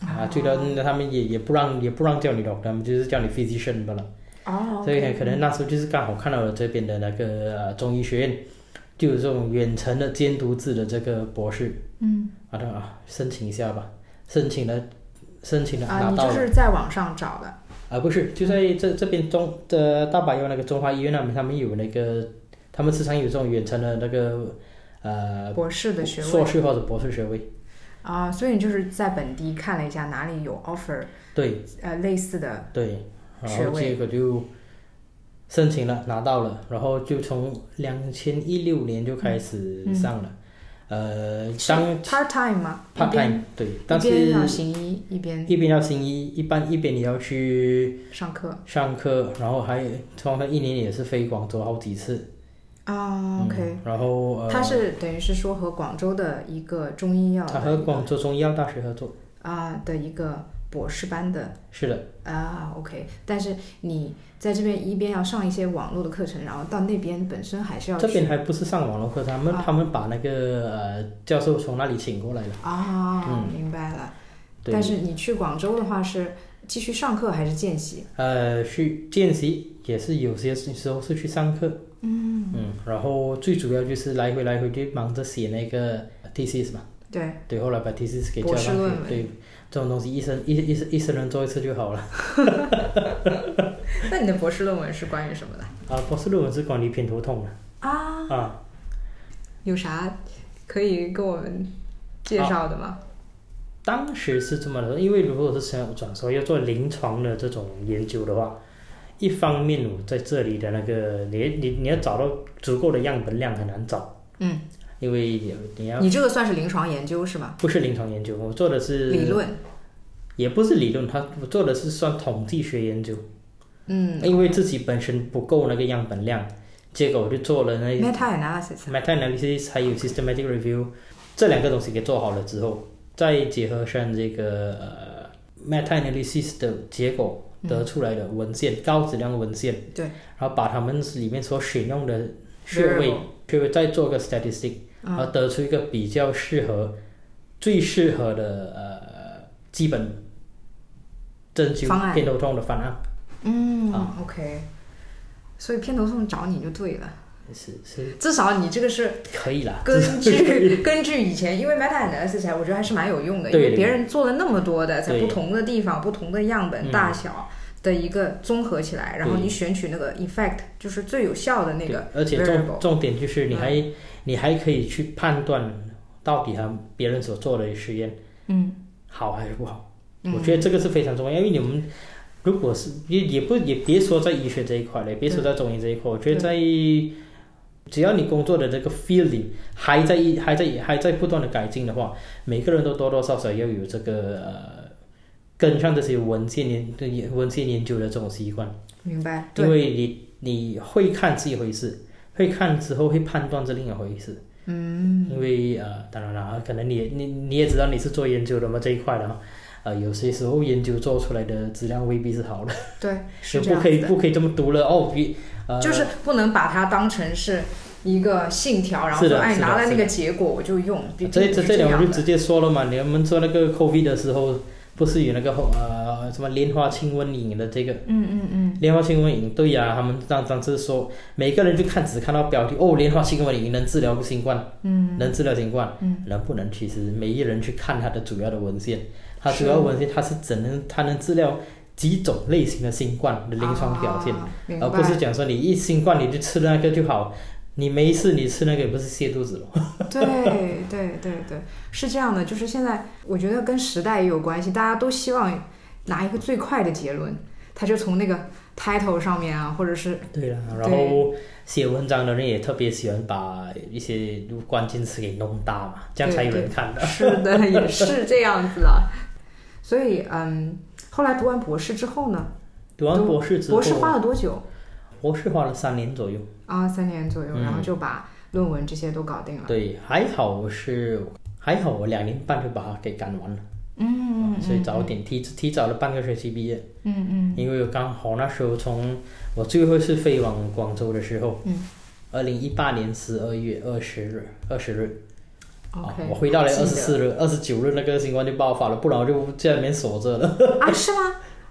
Speaker 2: 啊，最多嗯他们也也不让也不让叫你 doctor，他们就是叫你 physician 罢了。
Speaker 1: 哦，
Speaker 2: 所以可能那时候就是刚好看到了这边的那个呃中医学院，就有这种远程的监督制的这个博士，
Speaker 1: 嗯
Speaker 2: 啊对啊，申请一下吧，申请了，申请了
Speaker 1: 啊，
Speaker 2: 拿
Speaker 1: 你
Speaker 2: 到
Speaker 1: 就
Speaker 2: 了，
Speaker 1: 是在网上找的，
Speaker 2: 啊不是，就在这这边中的大阪有那个中华医院那边，他们有那个，他们时常有这种远程的那个呃
Speaker 1: 博士的学
Speaker 2: 硕
Speaker 1: 位
Speaker 2: 士或者博士学位，
Speaker 1: 啊，所以你就是在本地看了一下哪里有 offer，
Speaker 2: 对
Speaker 1: 呃，类似的，
Speaker 2: 对，
Speaker 1: 学
Speaker 2: 然后
Speaker 1: 位
Speaker 2: 结果就。申请了，拿到了，然后就从两千一六年就开始上了，呃，当
Speaker 1: part time 吗
Speaker 2: part
Speaker 1: 嗯一边
Speaker 2: time 对，但
Speaker 1: 一边
Speaker 2: 是
Speaker 1: 要行医，一边
Speaker 2: 一边要行医，一般一边你要去
Speaker 1: 上课
Speaker 2: 上课，然后还通常一年也是飞广州好几次。
Speaker 1: 啊，OK、
Speaker 2: 嗯然后呃，
Speaker 1: 他是等于是说和广州的一个中医药的
Speaker 2: 他和
Speaker 1: 一个
Speaker 2: 广州中医药大学合作，
Speaker 1: 啊的一个博士班的
Speaker 2: 是的，
Speaker 1: 啊，OK。但是你在这边一边要上一些网络的课程，然后到那边本身还是要
Speaker 2: 这
Speaker 1: 去
Speaker 2: 边还不是上网络课，他们、
Speaker 1: 啊
Speaker 2: 他们把那个呃教授从那里请过来了。
Speaker 1: 啊，
Speaker 2: 嗯
Speaker 1: 明白了。
Speaker 2: 对
Speaker 1: 但，是你去广州的话是继续上课还是见习？
Speaker 2: 呃，去见习也是有些时候是去上课，嗯嗯然后最主要就是来回来回就忙着写那个 thesis 嘛，
Speaker 1: 对，
Speaker 2: 对，后来把 thesis 给
Speaker 1: 博
Speaker 2: 交
Speaker 1: 士
Speaker 2: 上去
Speaker 1: 论文，
Speaker 2: 对，这种东西一生一一一生人做一次就好了。
Speaker 1: 那你的博士论文是关于什么的
Speaker 2: 啊，博士论文是管理偏头痛的
Speaker 1: 啊？
Speaker 2: 啊，
Speaker 1: 有啥可以跟我们介绍的吗？
Speaker 2: 当时是这么的，因为如果是想转说要做临床的这种研究的话，一方面我在这里的那个你你你要找到足够的样本量很难找，
Speaker 1: 嗯，
Speaker 2: 因为你你要
Speaker 1: 你这个算是临床研究是吗？
Speaker 2: 不是临床研究，我做的是
Speaker 1: 理，论，
Speaker 2: 也不是理论，他我做的是算统计学研究，
Speaker 1: 嗯
Speaker 2: 因为自己本身不够那个样本量，结果我就做了那
Speaker 1: ，meta analysis，
Speaker 2: 呃 meta analysis 还有 systematic review 这两个东西给做好了之后，再结合上这个呃 meta analysis 的结果得出来的文献，高质量的文献，
Speaker 1: 对，
Speaker 2: 然后把他们里面所选用的穴位
Speaker 1: Variable 嗯
Speaker 2: 穴位再做个 statistic，、然后得出一个比较适合、最适合的呃基本针
Speaker 1: 方案
Speaker 2: 灸偏头痛的方案，
Speaker 1: 嗯
Speaker 2: 啊
Speaker 1: ，OK，所以偏头痛找你就对了，
Speaker 2: 是是
Speaker 1: 至少你这个是
Speaker 2: 可以啦，
Speaker 1: 根
Speaker 2: 这是
Speaker 1: 据根据以前，因为 Meta Analysis 我觉得还是蛮有用的，因
Speaker 2: 对
Speaker 1: 为别人做了那么多的，在
Speaker 2: 对
Speaker 1: 不同的地方、不同的样本
Speaker 2: 嗯
Speaker 1: 大小的一个综合起来，然后你选取那个 effect，就是最有效的那
Speaker 2: 对
Speaker 1: 个
Speaker 2: 而且
Speaker 1: variable 嗯
Speaker 2: 重。重点就是你还、你还可以去判断到底他别人所做的实验
Speaker 1: 嗯
Speaker 2: 好还是不好。
Speaker 1: 嗯
Speaker 2: 我觉得这个是非常重要，因为你们如果是也也不也别说在医学这一块了，也别说在中医这一块，我觉得在只要你工作的这个 field 里还在还在还在不断的改进的话，每个人都多多少少要有这个呃跟上这些文献研文献研究的这种习惯。
Speaker 1: 明白。
Speaker 2: 因
Speaker 1: 对，
Speaker 2: 为你你会看是一回事，会看之后会判断是另一回事。嗯，因为呃，当然了，可能你也你你也知道你是做研究的嘛这一块的嘛，呃，有些时候研究做出来的质量未必是好的，
Speaker 1: 对，是这
Speaker 2: 不
Speaker 1: 样
Speaker 2: 可以
Speaker 1: 子
Speaker 2: 不
Speaker 1: 的，
Speaker 2: 可以这么读了哦，比呃
Speaker 1: 就是不能把它当成是一个信条，然后
Speaker 2: 是
Speaker 1: 说
Speaker 2: 的
Speaker 1: 哎
Speaker 2: 是的
Speaker 1: 拿了那
Speaker 2: 是
Speaker 1: 个
Speaker 2: 的
Speaker 1: 结果我就用。
Speaker 2: 这
Speaker 1: 并并不
Speaker 2: 这
Speaker 1: 是
Speaker 2: 这
Speaker 1: 这
Speaker 2: 点我
Speaker 1: 样
Speaker 2: 就
Speaker 1: 的
Speaker 2: 直接说了嘛，你们做那个 COVID 的时候，不是有那个呃什么莲花清瘟饮的这个
Speaker 1: 嗯嗯嗯，
Speaker 2: 莲花清瘟饮，对呀、他们当当时说，每个人就看只看到标题哦，莲花清瘟饮能治疗新冠，嗯，能治疗新冠，嗯，能不能其实每一人去看它的主要的文献，它主要文献它是只能它能治疗几种类型的新冠的临床表现，
Speaker 1: 啊明白
Speaker 2: 而不是讲说你一新冠你就吃那个就好，你没事你吃那个也不是泻肚子咯，
Speaker 1: 对对对对，是这样的，就是现在我觉得跟时代也有关系，大家都希望拿一个最快的结论，他就从那 个 title 上面啊，或者是
Speaker 2: 对啦，然后写文章的人也特别喜欢把一些关键词给弄大嘛，这样才有
Speaker 1: 对对
Speaker 2: 人看的。
Speaker 1: 是的，也是这样子的。所以嗯，后来读完博士之后呢，
Speaker 2: 读完博士之后，
Speaker 1: 博士花了多久
Speaker 2: 博士花了三年左右，
Speaker 1: 啊？三年左右，
Speaker 2: 嗯
Speaker 1: 然后就把论文这些都搞定了。
Speaker 2: 对，还好我是还好我两年半就把它给赶完了，
Speaker 1: 嗯
Speaker 2: 所以早点提提早了半个学期毕业，
Speaker 1: 嗯嗯
Speaker 2: 因为我刚好那时候从我最后一次飞往广州的时候，
Speaker 1: 嗯，
Speaker 2: 二零一八年十二月二十日，二十日啊
Speaker 1: ，OK，，
Speaker 2: 我回到了
Speaker 1: 记得
Speaker 2: 二十四日、二十九日那个新冠就爆发了，不然我就在里面锁着了。
Speaker 1: 啊？是吗？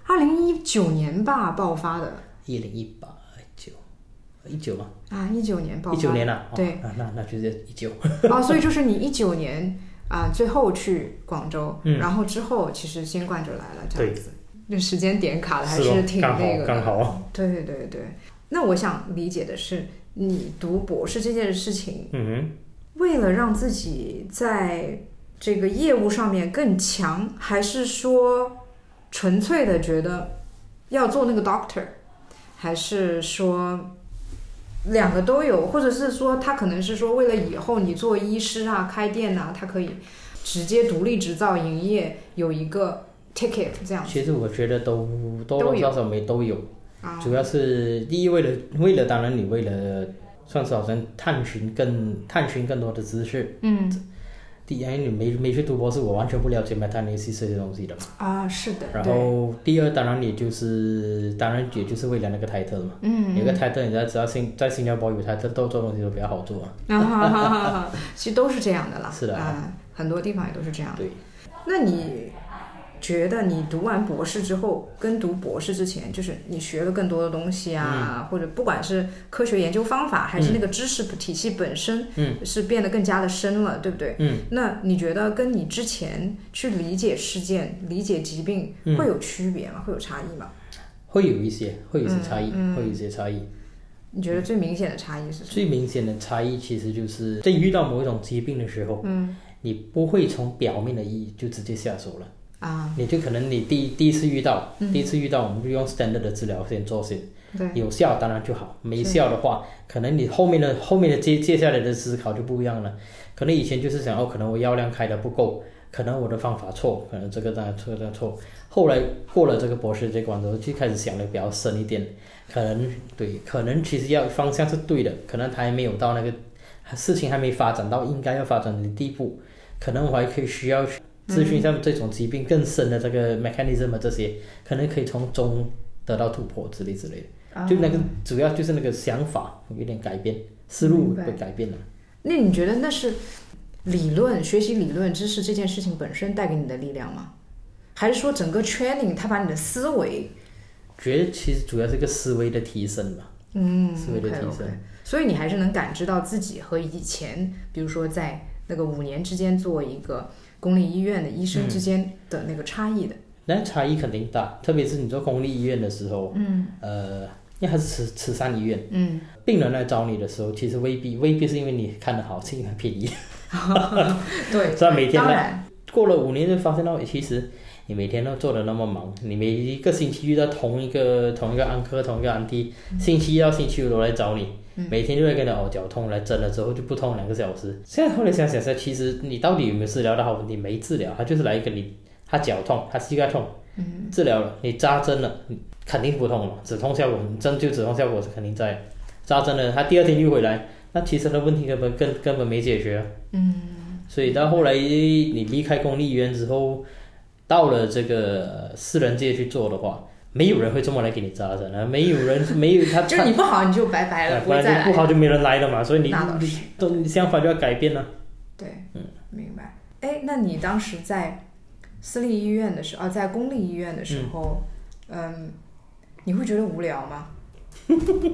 Speaker 1: 二零一九年吧爆发的
Speaker 2: 一零一八九一九吗？
Speaker 1: 啊，一九年爆发的
Speaker 2: 一九年了、啊，
Speaker 1: 对
Speaker 2: 哦，那那那就是一九，
Speaker 1: 哦，所以就是你一九年啊、最后去广州，
Speaker 2: 嗯
Speaker 1: 然后之后其实新冠就来了，这样
Speaker 2: 对
Speaker 1: 子，那时间点卡的啊还
Speaker 2: 咯
Speaker 1: 挺那
Speaker 2: 刚好
Speaker 1: 个
Speaker 2: 刚
Speaker 1: 的。
Speaker 2: 好。
Speaker 1: 对对对对，那我想理解的是，你读博士这件事情，
Speaker 2: 嗯
Speaker 1: 为了让自己在这个业务上面更强，还是说纯粹的觉得要做那个 doctor，还是说两个都有，或者是说他可能是说为了以后你做医师啊、开店啊，他可以直接独立执照营业，有一个 ticket 这样
Speaker 2: 哼，其实我觉得都多多少少没都有，
Speaker 1: 啊。
Speaker 2: 主要是第一为了为了当然你为了算是好像探寻更探寻更多的知识，
Speaker 1: 嗯
Speaker 2: 第一因为你没没去读博士，我完全不了解 metaanalysis 这些东西的嘛。
Speaker 1: 啊，是的，
Speaker 2: 然
Speaker 1: 对，
Speaker 2: 后第二当然也就是当然也就是为了那个 title 嘛，
Speaker 1: 嗯，
Speaker 2: 有个 title 你要知道新在新加坡有 title 都做东西都比较好做啊，
Speaker 1: 啊，其实都是这样的啦，
Speaker 2: 是的
Speaker 1: 啊，很多地方也都是这样的。
Speaker 2: 对。
Speaker 1: 那你觉得你读完博士之后，跟读博士之前，就是你学了更多的东西啊，
Speaker 2: 嗯
Speaker 1: 或者不管是科学研究方法，还是那个知识体系本身，
Speaker 2: 嗯，
Speaker 1: 是变得更加的深了，对不对？
Speaker 2: 嗯，
Speaker 1: 那你觉得跟你之前去理解事件、理解疾病
Speaker 2: 嗯
Speaker 1: 会有区别吗？会有差异吗？
Speaker 2: 会有一些，会有一些差
Speaker 1: 嗯
Speaker 2: 异，会有一些差异。
Speaker 1: 你觉得最明显的差异是什么？
Speaker 2: 最明显的差异其实就是在遇到某一种疾病的时候，
Speaker 1: 嗯
Speaker 2: 你不会从表面的意义就直接下手了，
Speaker 1: 啊，
Speaker 2: 你就可能你第一第一次遇到，第一次遇到我们就用 standard 的治疗先做先，
Speaker 1: 对，
Speaker 2: 有效当然就好，没效的话，可能你后面的后面的接接下来的思考就不一样了。可能以前就是想，哦，可能我药量开的不够，可能我的方法错，可能这个那这个那错。后来过了这个博士这关之后，就开始想的比较深一点，可能对，可能其实要方向是对的，可能还没有到那个事情还没发展到应该要发展的地步，可能我还可以需要去咨询一下这种疾病更深的这个
Speaker 1: 嗯
Speaker 2: mechanism 啊这些，可能可以从中得到突破之类之类的。
Speaker 1: 啊
Speaker 2: 就那个主要就是那个想法有点改变，思路
Speaker 1: 明白
Speaker 2: 会改变了。啊
Speaker 1: 那你觉得那是理论学习理论知识这件事情本身带给你的力量吗？还是说整个 training 它把你的思维，
Speaker 2: 觉得其实主要是一个思维的提升吧，
Speaker 1: 嗯
Speaker 2: 思维的
Speaker 1: OK
Speaker 2: 提
Speaker 1: OK，
Speaker 2: 升。
Speaker 1: 所以你还是能感知到自己和以前，比如说在那个五年之间做一个公立医院的医生
Speaker 2: 嗯
Speaker 1: 之间的那个差异的，
Speaker 2: 那差异肯定大，特别是你做公立医院的时候，
Speaker 1: 嗯
Speaker 2: 呃，因为它是慈慈善医院，
Speaker 1: 嗯，
Speaker 2: 病人来找你的时候，其实未必未必是因为你看得好，是因为便宜。
Speaker 1: 对，
Speaker 2: 虽然每天
Speaker 1: 当
Speaker 2: 呢，
Speaker 1: 然
Speaker 2: 过了五年就发现到，诶其实你每天都做的那么忙，你每一个星期遇到同一个同一个安科同一个安迪，星期一到星期五都来找你，
Speaker 1: 嗯
Speaker 2: 每天就会跟你哦脚痛来针了之后就不痛两个小时。现在后来想想下，其实你到底有没有治疗到好问题？没治疗，他就是来跟你，他脚痛，他膝盖痛，
Speaker 1: 嗯
Speaker 2: 治疗了，你扎针了，你肯定不痛了，止痛效果针灸止痛效果是肯定在的，扎针了，他第二天又回来，那其实他的问题根本根根本没解决啊。
Speaker 1: 嗯
Speaker 2: 所以到后来你离开公立医院之后，到了这个呃私人界去做的话，没有人会这么来给你扎针啊，没有人没有他
Speaker 1: 就是你不好你就拜拜了，
Speaker 2: 他
Speaker 1: 不
Speaker 2: 哎不
Speaker 1: 会
Speaker 2: 然
Speaker 1: 再
Speaker 2: 就不
Speaker 1: 来。
Speaker 2: 好就没人来了嘛，所以你
Speaker 1: 那倒
Speaker 2: 你都你想法就要改变啊了、
Speaker 1: 对，
Speaker 2: 嗯
Speaker 1: 明白。哎，那你当时在私立医院的时候，啊，在公立医院的时候，嗯你会觉得无聊吗？
Speaker 2: 无聊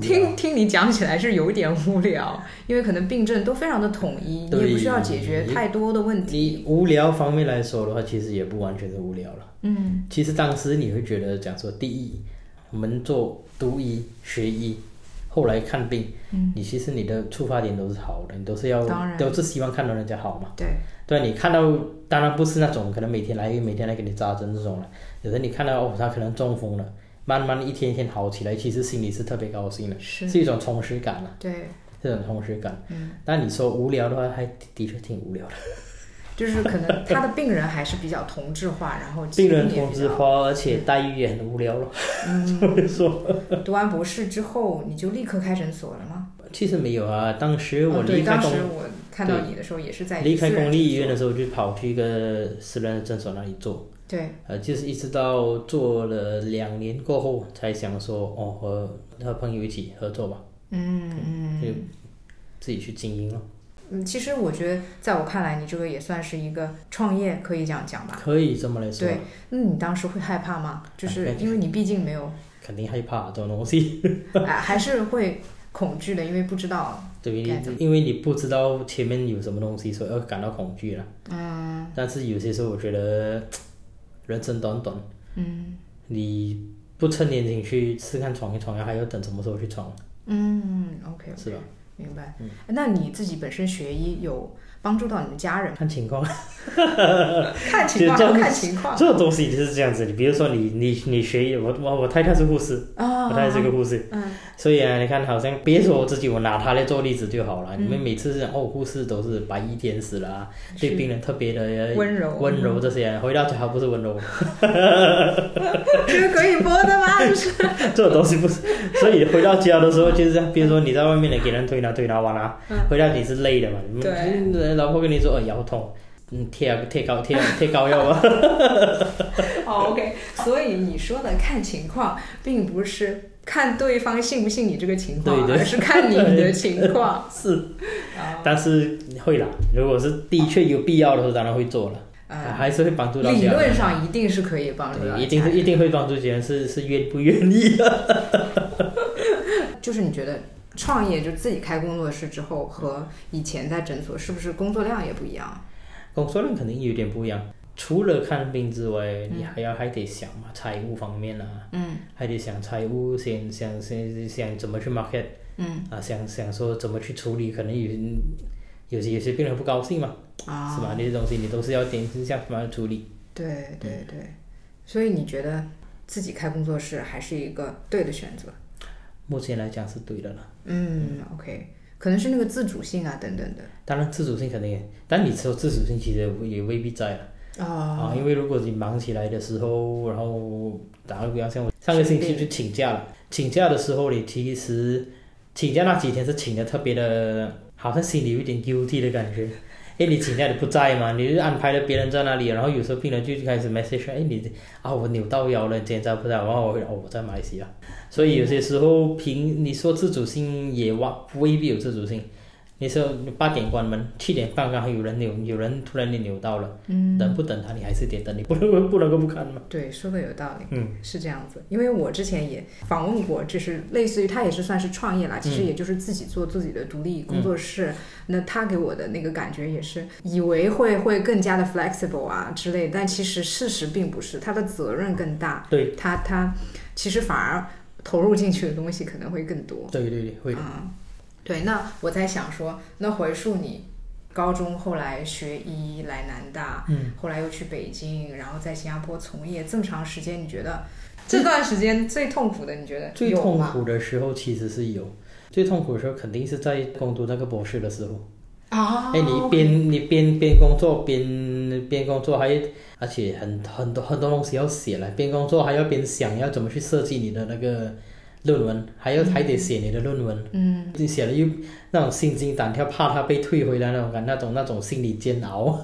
Speaker 1: 听听你讲起来是有点无聊，因为可能病症都非常的统一，你也不需要解决太多的问题。
Speaker 2: 你无聊方面来说的话，其实也不完全是无聊了。
Speaker 1: 嗯
Speaker 2: 其实当时你会觉得讲说，第一，我们做读医学医，后来看病，
Speaker 1: 嗯，
Speaker 2: 你其实你的出发点都是好的，你都是要
Speaker 1: 当然
Speaker 2: 都是希望看到人家好嘛。
Speaker 1: 对，
Speaker 2: 对啊你看到，当然不是那种可能每天来每天来给你扎针这种了，有的你看到哦，他可能中风了，慢慢一天一天好起来，其实心里是特别高兴的，
Speaker 1: 是
Speaker 2: 是一种充实感啊，
Speaker 1: 对，
Speaker 2: 这种充实感。
Speaker 1: 嗯，哦
Speaker 2: 那你说无聊的话，还的的确挺无聊的。
Speaker 1: 就是可能他的病人还是比较同质化，然后疾
Speaker 2: 病
Speaker 1: 病
Speaker 2: 人
Speaker 1: 也
Speaker 2: 同
Speaker 1: 比
Speaker 2: 质
Speaker 1: 较
Speaker 2: 化，而且待遇也很无聊了。所以说，
Speaker 1: 读完博士之后，你就立刻开诊所了吗？
Speaker 2: 其实没有啊，当时我
Speaker 1: 哦，对，
Speaker 2: 离开
Speaker 1: 当
Speaker 2: 公、
Speaker 1: 时我看到你的时候也是在
Speaker 2: 离开
Speaker 1: 私人
Speaker 2: 公立医
Speaker 1: 诊
Speaker 2: 院的时候，就跑去一个私人的诊所那里做。
Speaker 1: 所，对，
Speaker 2: 呃，就是一直到做了两年过后，才想说，哦，和和朋友一起合作吧，
Speaker 1: 嗯嗯。
Speaker 2: 就自己去经营了。
Speaker 1: 嗯，其实我觉得，在我看来，你这个也算是一个创业，可以这样讲吧。
Speaker 2: 可以这么来说，
Speaker 1: 对，那你当时会害怕吗？就是
Speaker 2: 哎
Speaker 1: 因为你毕竟没 有，
Speaker 2: 肯定害怕这种东西，
Speaker 1: 哎，还是会恐惧的，因为不知道。
Speaker 2: 对于
Speaker 1: 该怎
Speaker 2: 你，因为你不知道前面有什么东西，所以要感到恐惧了。
Speaker 1: 嗯
Speaker 2: 但是有些时候，我觉得人生短短，
Speaker 1: 嗯
Speaker 2: 你不趁年轻去试看闯一闯，还要等什么时候去闯，
Speaker 1: 嗯，OK，
Speaker 2: 是啊嗯吧？
Speaker 1: 明白。那你自己本身学医有帮助到你的家 人吗？
Speaker 2: 看情况。
Speaker 1: 看情况，
Speaker 2: 其实
Speaker 1: 要
Speaker 2: 这
Speaker 1: 看情况
Speaker 2: 这种东西就是这样子，你比如说你你你学我我我太太是护士，
Speaker 1: 啊
Speaker 2: 我太太是个护士，
Speaker 1: 嗯
Speaker 2: 所以啊，你看好像别说我自己，我拿她来做例子就好了。
Speaker 1: 嗯
Speaker 2: 你们每次讲哦，护士都是白衣天使啦，对
Speaker 1: 是
Speaker 2: 病人特别的呃
Speaker 1: 温柔
Speaker 2: 温柔这些，啊回到家不是温柔，
Speaker 1: 这个可以播的 吗？这是
Speaker 2: 这种东西不是。所以回到家的时候，就是比如说你在外面的给人推拿推拿完啦、
Speaker 1: 嗯
Speaker 2: 回到你是累的嘛，你们老婆跟你说哦腰痛，嗯贴啊贴膏贴贴膏 药啊，
Speaker 1: 好 OK，所以你说的看情况，并不是看对方信不信你这个情况，
Speaker 2: 对对
Speaker 1: 而是看你的情 况。
Speaker 2: 是，
Speaker 1: 啊
Speaker 2: 但是会啦，如果是的确有必要的时候，当然会做了。
Speaker 1: 呃，
Speaker 2: 还是会帮助到
Speaker 1: 理
Speaker 2: 家
Speaker 1: 论
Speaker 2: 人。
Speaker 1: 上一定是可以帮助到
Speaker 2: 对，一定
Speaker 1: 家
Speaker 2: 是
Speaker 1: 人
Speaker 2: 一定会帮助家人，是是愿不愿意的。
Speaker 1: 就是你觉得创业就自己开工作室之后和以前在诊所是不是工作量也不一样？
Speaker 2: 工作量肯定有点不一样，除了看病之外，你还要还得想嘛，财务方面啊，
Speaker 1: 嗯
Speaker 2: 还得想财务，想想想想怎么去 market
Speaker 1: 嗯
Speaker 2: 啊，想想说怎么去处理，可能有有些有些病人不高兴嘛，
Speaker 1: 啊，
Speaker 2: 是吧？那些东西你都是要点一下怎么处理。
Speaker 1: 对
Speaker 2: 嗯
Speaker 1: 对对，所以你觉得自己开工作室还是一个对的选择？
Speaker 2: 目前来讲是对的了，
Speaker 1: 嗯，OK，可能是那个自主性啊等等的。
Speaker 2: 当然自主性肯定也，但你说自主性其实也未必在了。
Speaker 1: 哦，
Speaker 2: 啊，因为如果你忙起来的时候，然后打个比方，像我上个星期就请假了，请假的时候你其实请假那几天是请的特别的，好像心里有一点 guilty 的感觉。哎，你请假你不在嘛？你就安排了别人在那里，然后有时候病人就开始 message，哎，你啊，我扭到腰了，你今天在不在？然后我会哦，我在马来西亚。所以有些时候凭你说自主性也哇，未必有自主性。你说你八点关门，七点半刚好有人扭，有人突然你扭到了。等不等他，你还是得等，你不能不能够不看 嘛。
Speaker 1: 对，说的有道理，
Speaker 2: 嗯，
Speaker 1: 是这样子。因为我之前也访问过，就是类似于他也是算是创业啦，其实
Speaker 2: 嗯
Speaker 1: 也就是自己做自己的独立工作室。那他给我的那个感觉也是，以为会会更加的 flexible 啊之类，但其实事实并不是，他的责任更大，
Speaker 2: 对
Speaker 1: 他他其实反而投入进去的东西可能会更多。
Speaker 2: 对对对，会。
Speaker 1: 啊、对，那我在想说，那回溯你高中后来学医来南大，
Speaker 2: 嗯，
Speaker 1: 后来又去北京，然后在新加坡从业这么长时间，你觉得这段时间最痛苦的，你觉得
Speaker 2: 最
Speaker 1: 有
Speaker 2: 痛
Speaker 1: 吗
Speaker 2: 苦的时候其实是有，最痛苦的时候肯定是在攻读那个博士的时候。
Speaker 1: 啊？
Speaker 2: 哎，你边你边边工作边边工作还，而且很很多很多东西要写了，边工作还要边想要怎么去设计你的那个论文，还要还得写你的论文。
Speaker 1: 嗯，
Speaker 2: 你写了又那种心惊胆跳，怕它被退回来那种感，那种那种心理煎熬。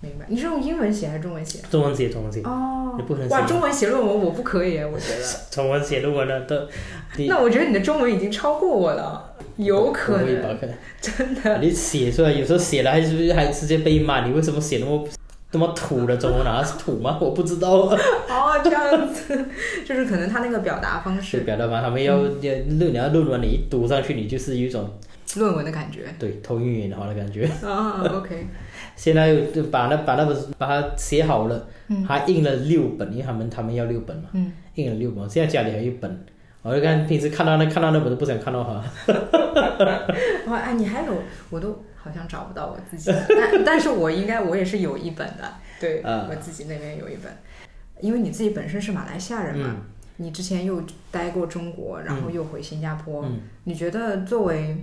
Speaker 1: 明白。你是用英文写还是中文写？
Speaker 2: 中文写中文写，
Speaker 1: 哦
Speaker 2: 你不能，写
Speaker 1: 哇，中文写论文我不可以，啊我觉得。
Speaker 2: 中文写论文的都， 你
Speaker 1: 那我觉得你的中文已经超过我了，有可
Speaker 2: 不会
Speaker 1: 能，
Speaker 2: 吧？可能
Speaker 1: 真的。
Speaker 2: 你写出来，有时候写了还是还直接被骂，你为什么写那么那么土的中文啊？是土吗？我不知道。啊
Speaker 1: 哦，这样子， 就是可能他那个表达方
Speaker 2: 是
Speaker 1: 式，
Speaker 2: 表达嘛？他们要要论你要论文，你一读上去，你就是有一种
Speaker 1: 论文的感觉。
Speaker 2: 对头晕眼花的感觉。
Speaker 1: 啊，OK，
Speaker 2: 现在就把那把那本把它写好了，还印了六本，因为他们他们要六本嘛，
Speaker 1: 嗯
Speaker 2: 印了六本，现在家里还有一本。我就看平时看到那看到那本都不想看到它，
Speaker 1: 哇，哎，你还有，我都好像找不到我自己， 但但是我应该我也是有一本的，对、
Speaker 2: 啊
Speaker 1: 我自己那边有一本，因为你自己本身是马来西亚人嘛，
Speaker 2: 嗯
Speaker 1: 你之前又待过中国，然后又回新加坡，
Speaker 2: 嗯
Speaker 1: 你觉得作为，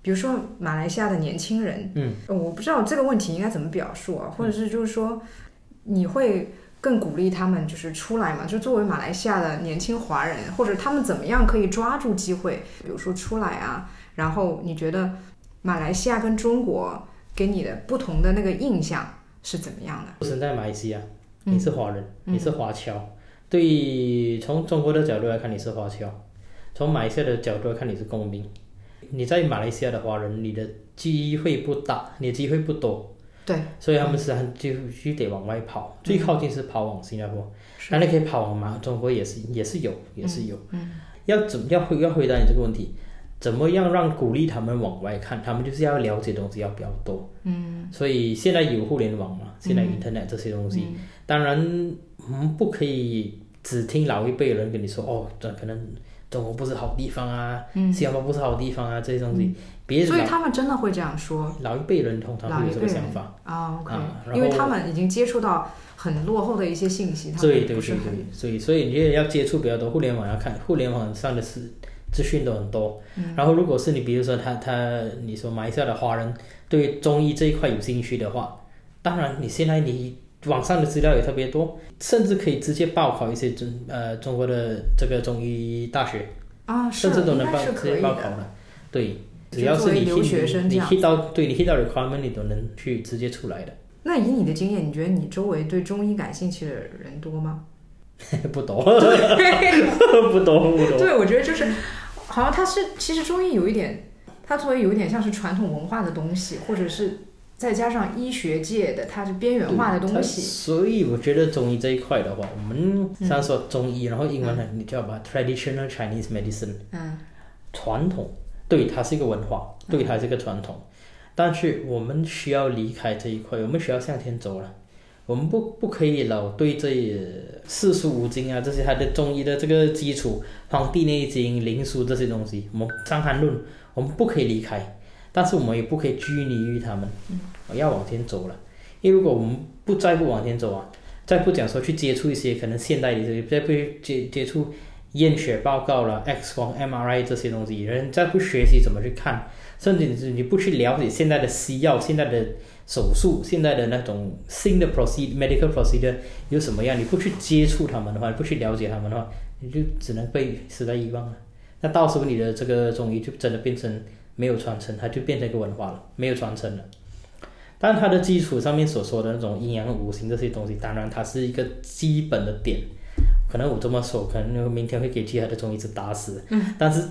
Speaker 1: 比如说马来西亚的年轻人，
Speaker 2: 嗯
Speaker 1: 呃，我不知道这个问题应该怎么表述啊，或者是就是说，你会更鼓励他们就是出来嘛？就作为马来西亚的年轻华人，或者他们怎么样可以抓住机会，比如说出来啊，然后你觉得马来西亚跟中国给你的不同的那个印象是怎么样的？
Speaker 2: 出生在马来西亚，
Speaker 1: 嗯
Speaker 2: 你是华人，你是华侨，对，从中国的角度来看你是华侨，从马来西亚的角度来看你是公民。你在马来西亚的华人，你的机会不大，你的机会不多，
Speaker 1: 对，
Speaker 2: 所以他们是很就须得往外跑，最靠近是跑往新加坡，
Speaker 1: 是嗯
Speaker 2: 当然你可以跑往马中国也是也是有也是有，要怎么要回要回答你这个问题，怎么样让鼓励他们往外看，他们就是要了解东西要比较多，
Speaker 1: 嗯
Speaker 2: 所以现在有互联网嘛，现在 Internet 这些东西，
Speaker 1: 嗯
Speaker 2: 当然我们不可以只听老一辈人跟你说哦，这可能中国不是好地方啊，新加坡不是好地方啊，这些东西，别
Speaker 1: 嗯所以
Speaker 2: 老
Speaker 1: 他们真的会这样说
Speaker 2: 老一辈人通常
Speaker 1: 老
Speaker 2: 会
Speaker 1: 一
Speaker 2: 有这
Speaker 1: 辈
Speaker 2: 个
Speaker 1: 人
Speaker 2: 想法，
Speaker 1: 啊，OK，、
Speaker 2: 啊然后
Speaker 1: 因为他们已经接触到很落后的一些信息，他
Speaker 2: 对
Speaker 1: 们
Speaker 2: 对
Speaker 1: 不
Speaker 2: 对
Speaker 1: 是
Speaker 2: 对
Speaker 1: 很，
Speaker 2: 所以所以你也要接触比较多互联网，要啊看互联网上的事资讯都很多。
Speaker 1: 嗯
Speaker 2: 然后如果是你比如说他他你说马来西亚的华人对中医这一块有兴趣的话，当然你现在你网上的资料也特别多，甚至可以直接报考一些中呃中国的这个中医大学，
Speaker 1: 啊，是
Speaker 2: 甚至都
Speaker 1: 应
Speaker 2: 能
Speaker 1: 该
Speaker 2: 报
Speaker 1: 是
Speaker 2: 直
Speaker 1: 可以
Speaker 2: 接报考
Speaker 1: 的。
Speaker 2: 的，对。
Speaker 1: 就
Speaker 2: 只要
Speaker 1: 作
Speaker 2: 是
Speaker 1: 为
Speaker 2: 你
Speaker 1: 留学生这
Speaker 2: hit 你
Speaker 1: 样
Speaker 2: hit 到对你 hit 到 requirement，你都能去直接出来的，
Speaker 1: 那以你的经验，你觉得你周围对中医感兴趣的人多吗？
Speaker 2: 不懂， 不懂，不懂。
Speaker 1: 对，我觉得就是，好像它是其实中医有一点，它作为有一点像是传统文化的东西，或者是再加上医学界的它是边缘化的东
Speaker 2: 它
Speaker 1: 西，嗯
Speaker 2: 所以我觉得中医这一块的话，我们虽然说中医，然后英文呢，你就要把 traditional Chinese medicine
Speaker 1: 嗯
Speaker 2: 传统，对它是一个文化，对它是一个传统，但是我们需要离开这一块，我们需要向前走了。我们不不可以老对这呃四书五经啊这些它的中医的这个基础《黄帝内经》《灵枢》这些东西，我们《伤寒论》，我们不可以离开，但是我们也不可以拘泥于他们，我要往前走了。因为如果我们不再不往前走啊，再不讲说去接触一些可能现代的这些，再不去接接触验血报告了、X 光、MRI 这些东西，人再不学习怎么去看，甚至是你不去了解现在的西药、现在的手术、现在的那种新的 procedure、medical procedure 有什么样，你不去接触他们的话，你不去了解他们的话，你就只能被时代遗忘了。那到时候你的这个中医就真的变成没有传承，它就变成一个文化了，没有传承了。但它的基础上面所说的那种阴阳五行这些东西，当然它是一个基本的点。可能我这么说，可能明天会给其他的中医师打死。嗯、但是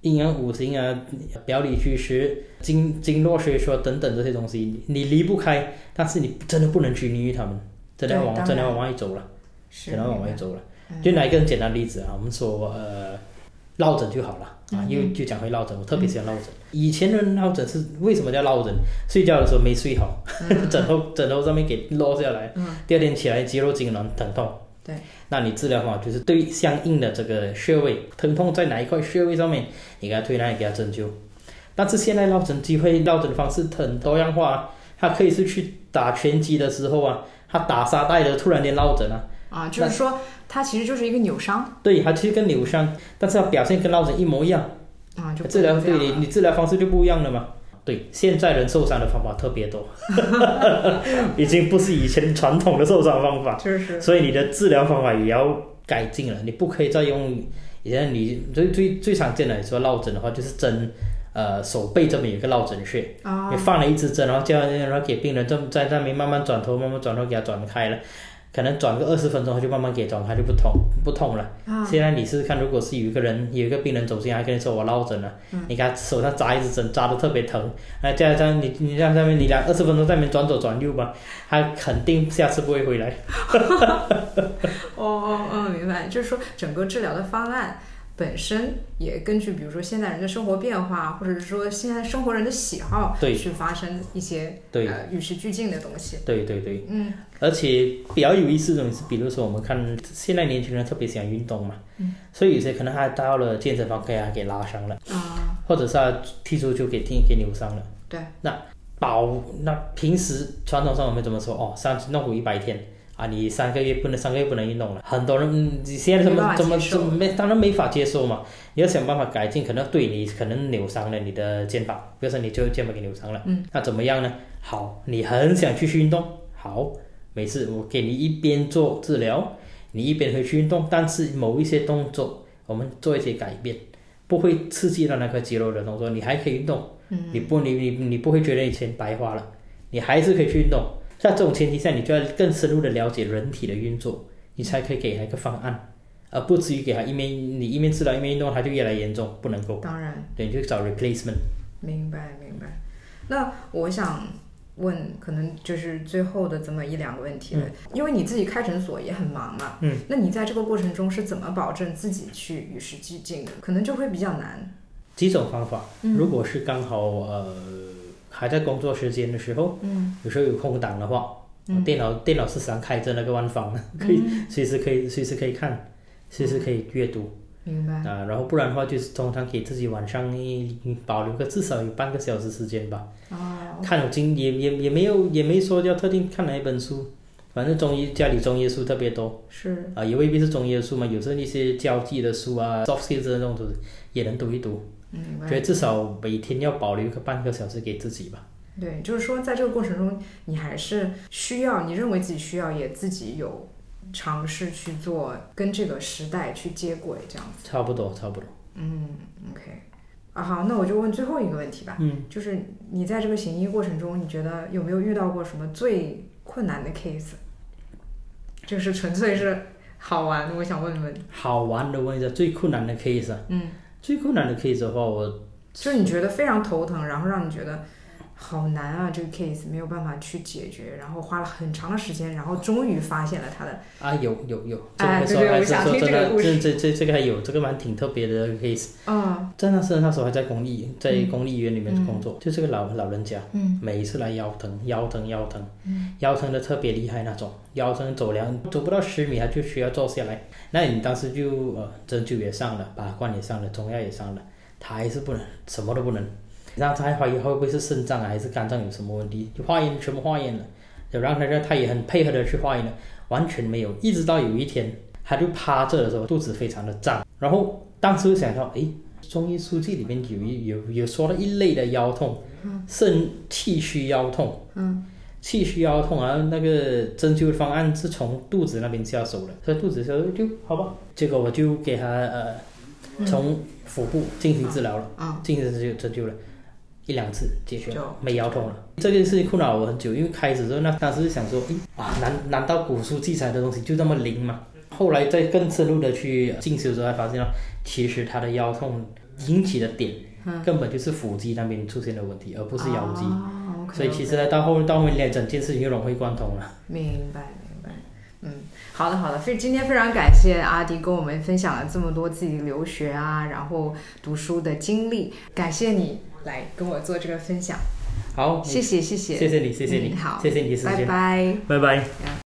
Speaker 2: 阴阳五行啊、表里虚实、经经络学说等等这些东西，你离不开，但是你真的不能拘泥于他们，真的要
Speaker 1: 对
Speaker 2: 往
Speaker 1: 当
Speaker 2: 真的要
Speaker 1: 然
Speaker 2: 往外走了。
Speaker 1: 是嗯
Speaker 2: 只能往外
Speaker 1: 明白
Speaker 2: 走了。就拿一个很简单的例子啊，我们说呃，落枕就好了啊，又就讲回落枕，我特别喜欢落枕。以前的落枕是为什么叫落枕？睡觉的时候没睡好， 枕头枕头上面给落下来，第二天起来肌肉痉挛疼痛。
Speaker 1: 对，
Speaker 2: 嗯那你治疗方法就是对相应的这个穴位，疼痛在哪一块穴位上面，你给它推拿，你给它针灸。但是现在落枕机会，落枕的方式很多样化、啊，它可以是去打拳击的时候啊，他打沙袋的突然间落枕啊，
Speaker 1: 啊，就是说它其实就是一个扭伤
Speaker 2: 对，它其实跟扭伤，但是它表现跟落枕一模一样，
Speaker 1: 啊，就不
Speaker 2: 治疗
Speaker 1: 一样
Speaker 2: 对你
Speaker 1: 了
Speaker 2: 你治疗方式就不一样了嘛。对，现在人受伤的方法特别 多， 已经不是以前传统的受伤方法，
Speaker 1: 就是
Speaker 2: 所以你的治疗方法也要改进了，你不可以再用以前你最最最常见的说落枕的话，就是针，呃，手背这边有一个落枕穴，
Speaker 1: 啊
Speaker 2: 你放了一支针，然后叫然后给病人这么在那边慢慢转头，慢慢转头给他转开了，可能转个二十分钟，他就慢慢给转开，就不痛不痛了。
Speaker 1: 啊
Speaker 2: 现在你试试看，如果是有一个人有一个病人走进来跟你说我落枕了，
Speaker 1: 嗯
Speaker 2: 你给他手上扎一支针，扎的特别疼，那这样这样你你这样下面你俩二十分钟在那边转左转右吧，他肯定下次不会回来。
Speaker 1: 哦哦哦，明白，就是说整个治疗的方案本身也根据，比如说现在人的生活变化，或者是说现在生活人的喜好，
Speaker 2: 对
Speaker 1: 去发生一些
Speaker 2: 对
Speaker 1: 呃与时俱进的东西。
Speaker 2: 对对对，
Speaker 1: 嗯
Speaker 2: 而且比较有意思的东西是，比如说我们看现在年轻人特别喜欢运动嘛，
Speaker 1: 嗯
Speaker 2: 所以有些可能他到了健身房给他给拉伤了。
Speaker 1: 啊、
Speaker 2: 或者是他踢足球给踢给扭伤了。
Speaker 1: 对，
Speaker 2: 那保那平时传统上我们怎么说？哦，三弄骨一百天啊，你三个月不能三个月不能运动了。很多人、嗯、你现在怎
Speaker 1: 没
Speaker 2: 么
Speaker 1: 办法
Speaker 2: 怎么
Speaker 1: 接
Speaker 2: 怎
Speaker 1: 受
Speaker 2: 么没当然没法接受嘛，你要想办法改进。可能对你可能扭伤了你的肩膀，比如说你就肩膀给扭伤了，
Speaker 1: 嗯，
Speaker 2: 那怎么样呢？好，你很想继续运动，好，没事，我给你一边做治疗，你一边回去运动，但是某一些动作我们做一些改变。不会刺激到那块肌肉的动作，你还可以运动，你不你你你不会觉得你钱白花了，你还是可以去运动。在这种前提下，你就要更深入的了解人体的运作，你才可以给他一个方案，而不至于给他一面你一面治疗一面运动，他就越来越严重，不能够，
Speaker 1: 当然
Speaker 2: 对，你就找 replacement。
Speaker 1: 明白明白。那我想问，可能就是最后的这么一两个问题了，因为你自己开诊所也很忙嘛，
Speaker 2: 嗯，
Speaker 1: 那你在这个过程中是怎么保证自己去与时俱进的？可能就会比较难。
Speaker 2: 几种方法，如果是刚好呃还在工作时间的时候，
Speaker 1: 嗯，
Speaker 2: 有时候有空档的话，电脑电脑是常开着那个万方，可以随时可以随时可以看，随时可以阅读。
Speaker 1: 明白。
Speaker 2: 啊，然后不然的话就是通常给自己晚上一保留个至少有半个小时时间吧，
Speaker 1: 哦，
Speaker 2: 看我今也也也没有也没说要特定看哪一本书，反正中医家里中医书特别多
Speaker 1: 是
Speaker 2: 啊，也未必是中医的书嘛，有时候一些交际的书啊，soft skills 的那种东西也能读一读，
Speaker 1: 明白
Speaker 2: 觉。得至少每天要保留个半个小时给自己吧。
Speaker 1: 对，就是说，在这个过程中，你还是需要，你认为自己需要，也自己有尝试去做，跟这个时代去接轨，这样子。
Speaker 2: 差不多，差不多。
Speaker 1: 嗯，OK。啊，好，那我就问最后一个问题吧，
Speaker 2: 嗯，
Speaker 1: 就是你在这个行医过程中，你觉得有没有遇到过什么最困难的 case？就是纯粹是好玩，我想问问，
Speaker 2: 好玩的问一下，最困难的 case 啊，
Speaker 1: 嗯，
Speaker 2: 最困难的 case 的话，我
Speaker 1: 就是你觉得非常头疼，然后让你觉得好难啊，这个 case 没有办法去解决，然后花了很长的时间，然后终于发现了他的，
Speaker 2: 啊，有有有，这
Speaker 1: 哎
Speaker 2: 个时
Speaker 1: 对
Speaker 2: 候
Speaker 1: 对
Speaker 2: 还
Speaker 1: 我
Speaker 2: 是
Speaker 1: 想
Speaker 2: 说
Speaker 1: 听
Speaker 2: 真
Speaker 1: 这个
Speaker 2: 的，
Speaker 1: 故
Speaker 2: 这
Speaker 1: 事
Speaker 2: 这这这个还有这个蛮挺特别的 case。
Speaker 1: 嗯
Speaker 2: 真的是那时候还在公立，在公立医院里面工作，就这个老老人家，
Speaker 1: 嗯
Speaker 2: 每一次来腰疼，腰疼，腰疼，腰疼的特别厉害那种，腰疼走两走不到十米，他就需要坐下来。那你当时就呃针灸也上了，拔罐也上了，中药也上了，他还是不能，什么都不能。然后他还怀疑会不会是肾脏啊，还是肝脏有什么问题，就化验全部化验了。然后他他也很配合的去化验了，完全没有。一直到有一天，他就趴着的时候，肚子非常的胀，然后当时就想到，诶，中医书籍里面有一有有说了一类的腰痛，肾气虚腰痛，
Speaker 1: 嗯
Speaker 2: 气虚腰痛啊，那个针灸方案是从肚子那边下手的，所以肚子下手就好吧。结果我就给他呃，从腹部进行治疗了，
Speaker 1: 嗯，
Speaker 2: 进行针灸针灸了一两次，解决
Speaker 1: 就
Speaker 2: 了，没腰痛了。这件事情困扰我很久，因为开始的时候那当时想说，诶啊，难难道古书记载的东西就这么灵吗？后来再更深入的去进修的时候，才发现了其实他的腰痛引起的点
Speaker 1: 嗯，
Speaker 2: 根本就是腹肌那边出现的问题，而不是腰肌。
Speaker 1: 啊，OK，
Speaker 2: 所以其实呢，到后到后面连整件事情就融会贯通了。
Speaker 1: 明白，明白。嗯，好的，好的。非今天非常感谢阿迪跟我们分享了这么多自己留学啊，然后读书的经历，感谢你来跟我做这个分享，
Speaker 2: 好，
Speaker 1: 谢谢，谢谢，
Speaker 2: 谢谢你，谢谢你，
Speaker 1: 嗯好
Speaker 2: 谢谢你的时
Speaker 1: 拜
Speaker 2: 间，
Speaker 1: 拜。
Speaker 2: 拜拜。
Speaker 1: 嗯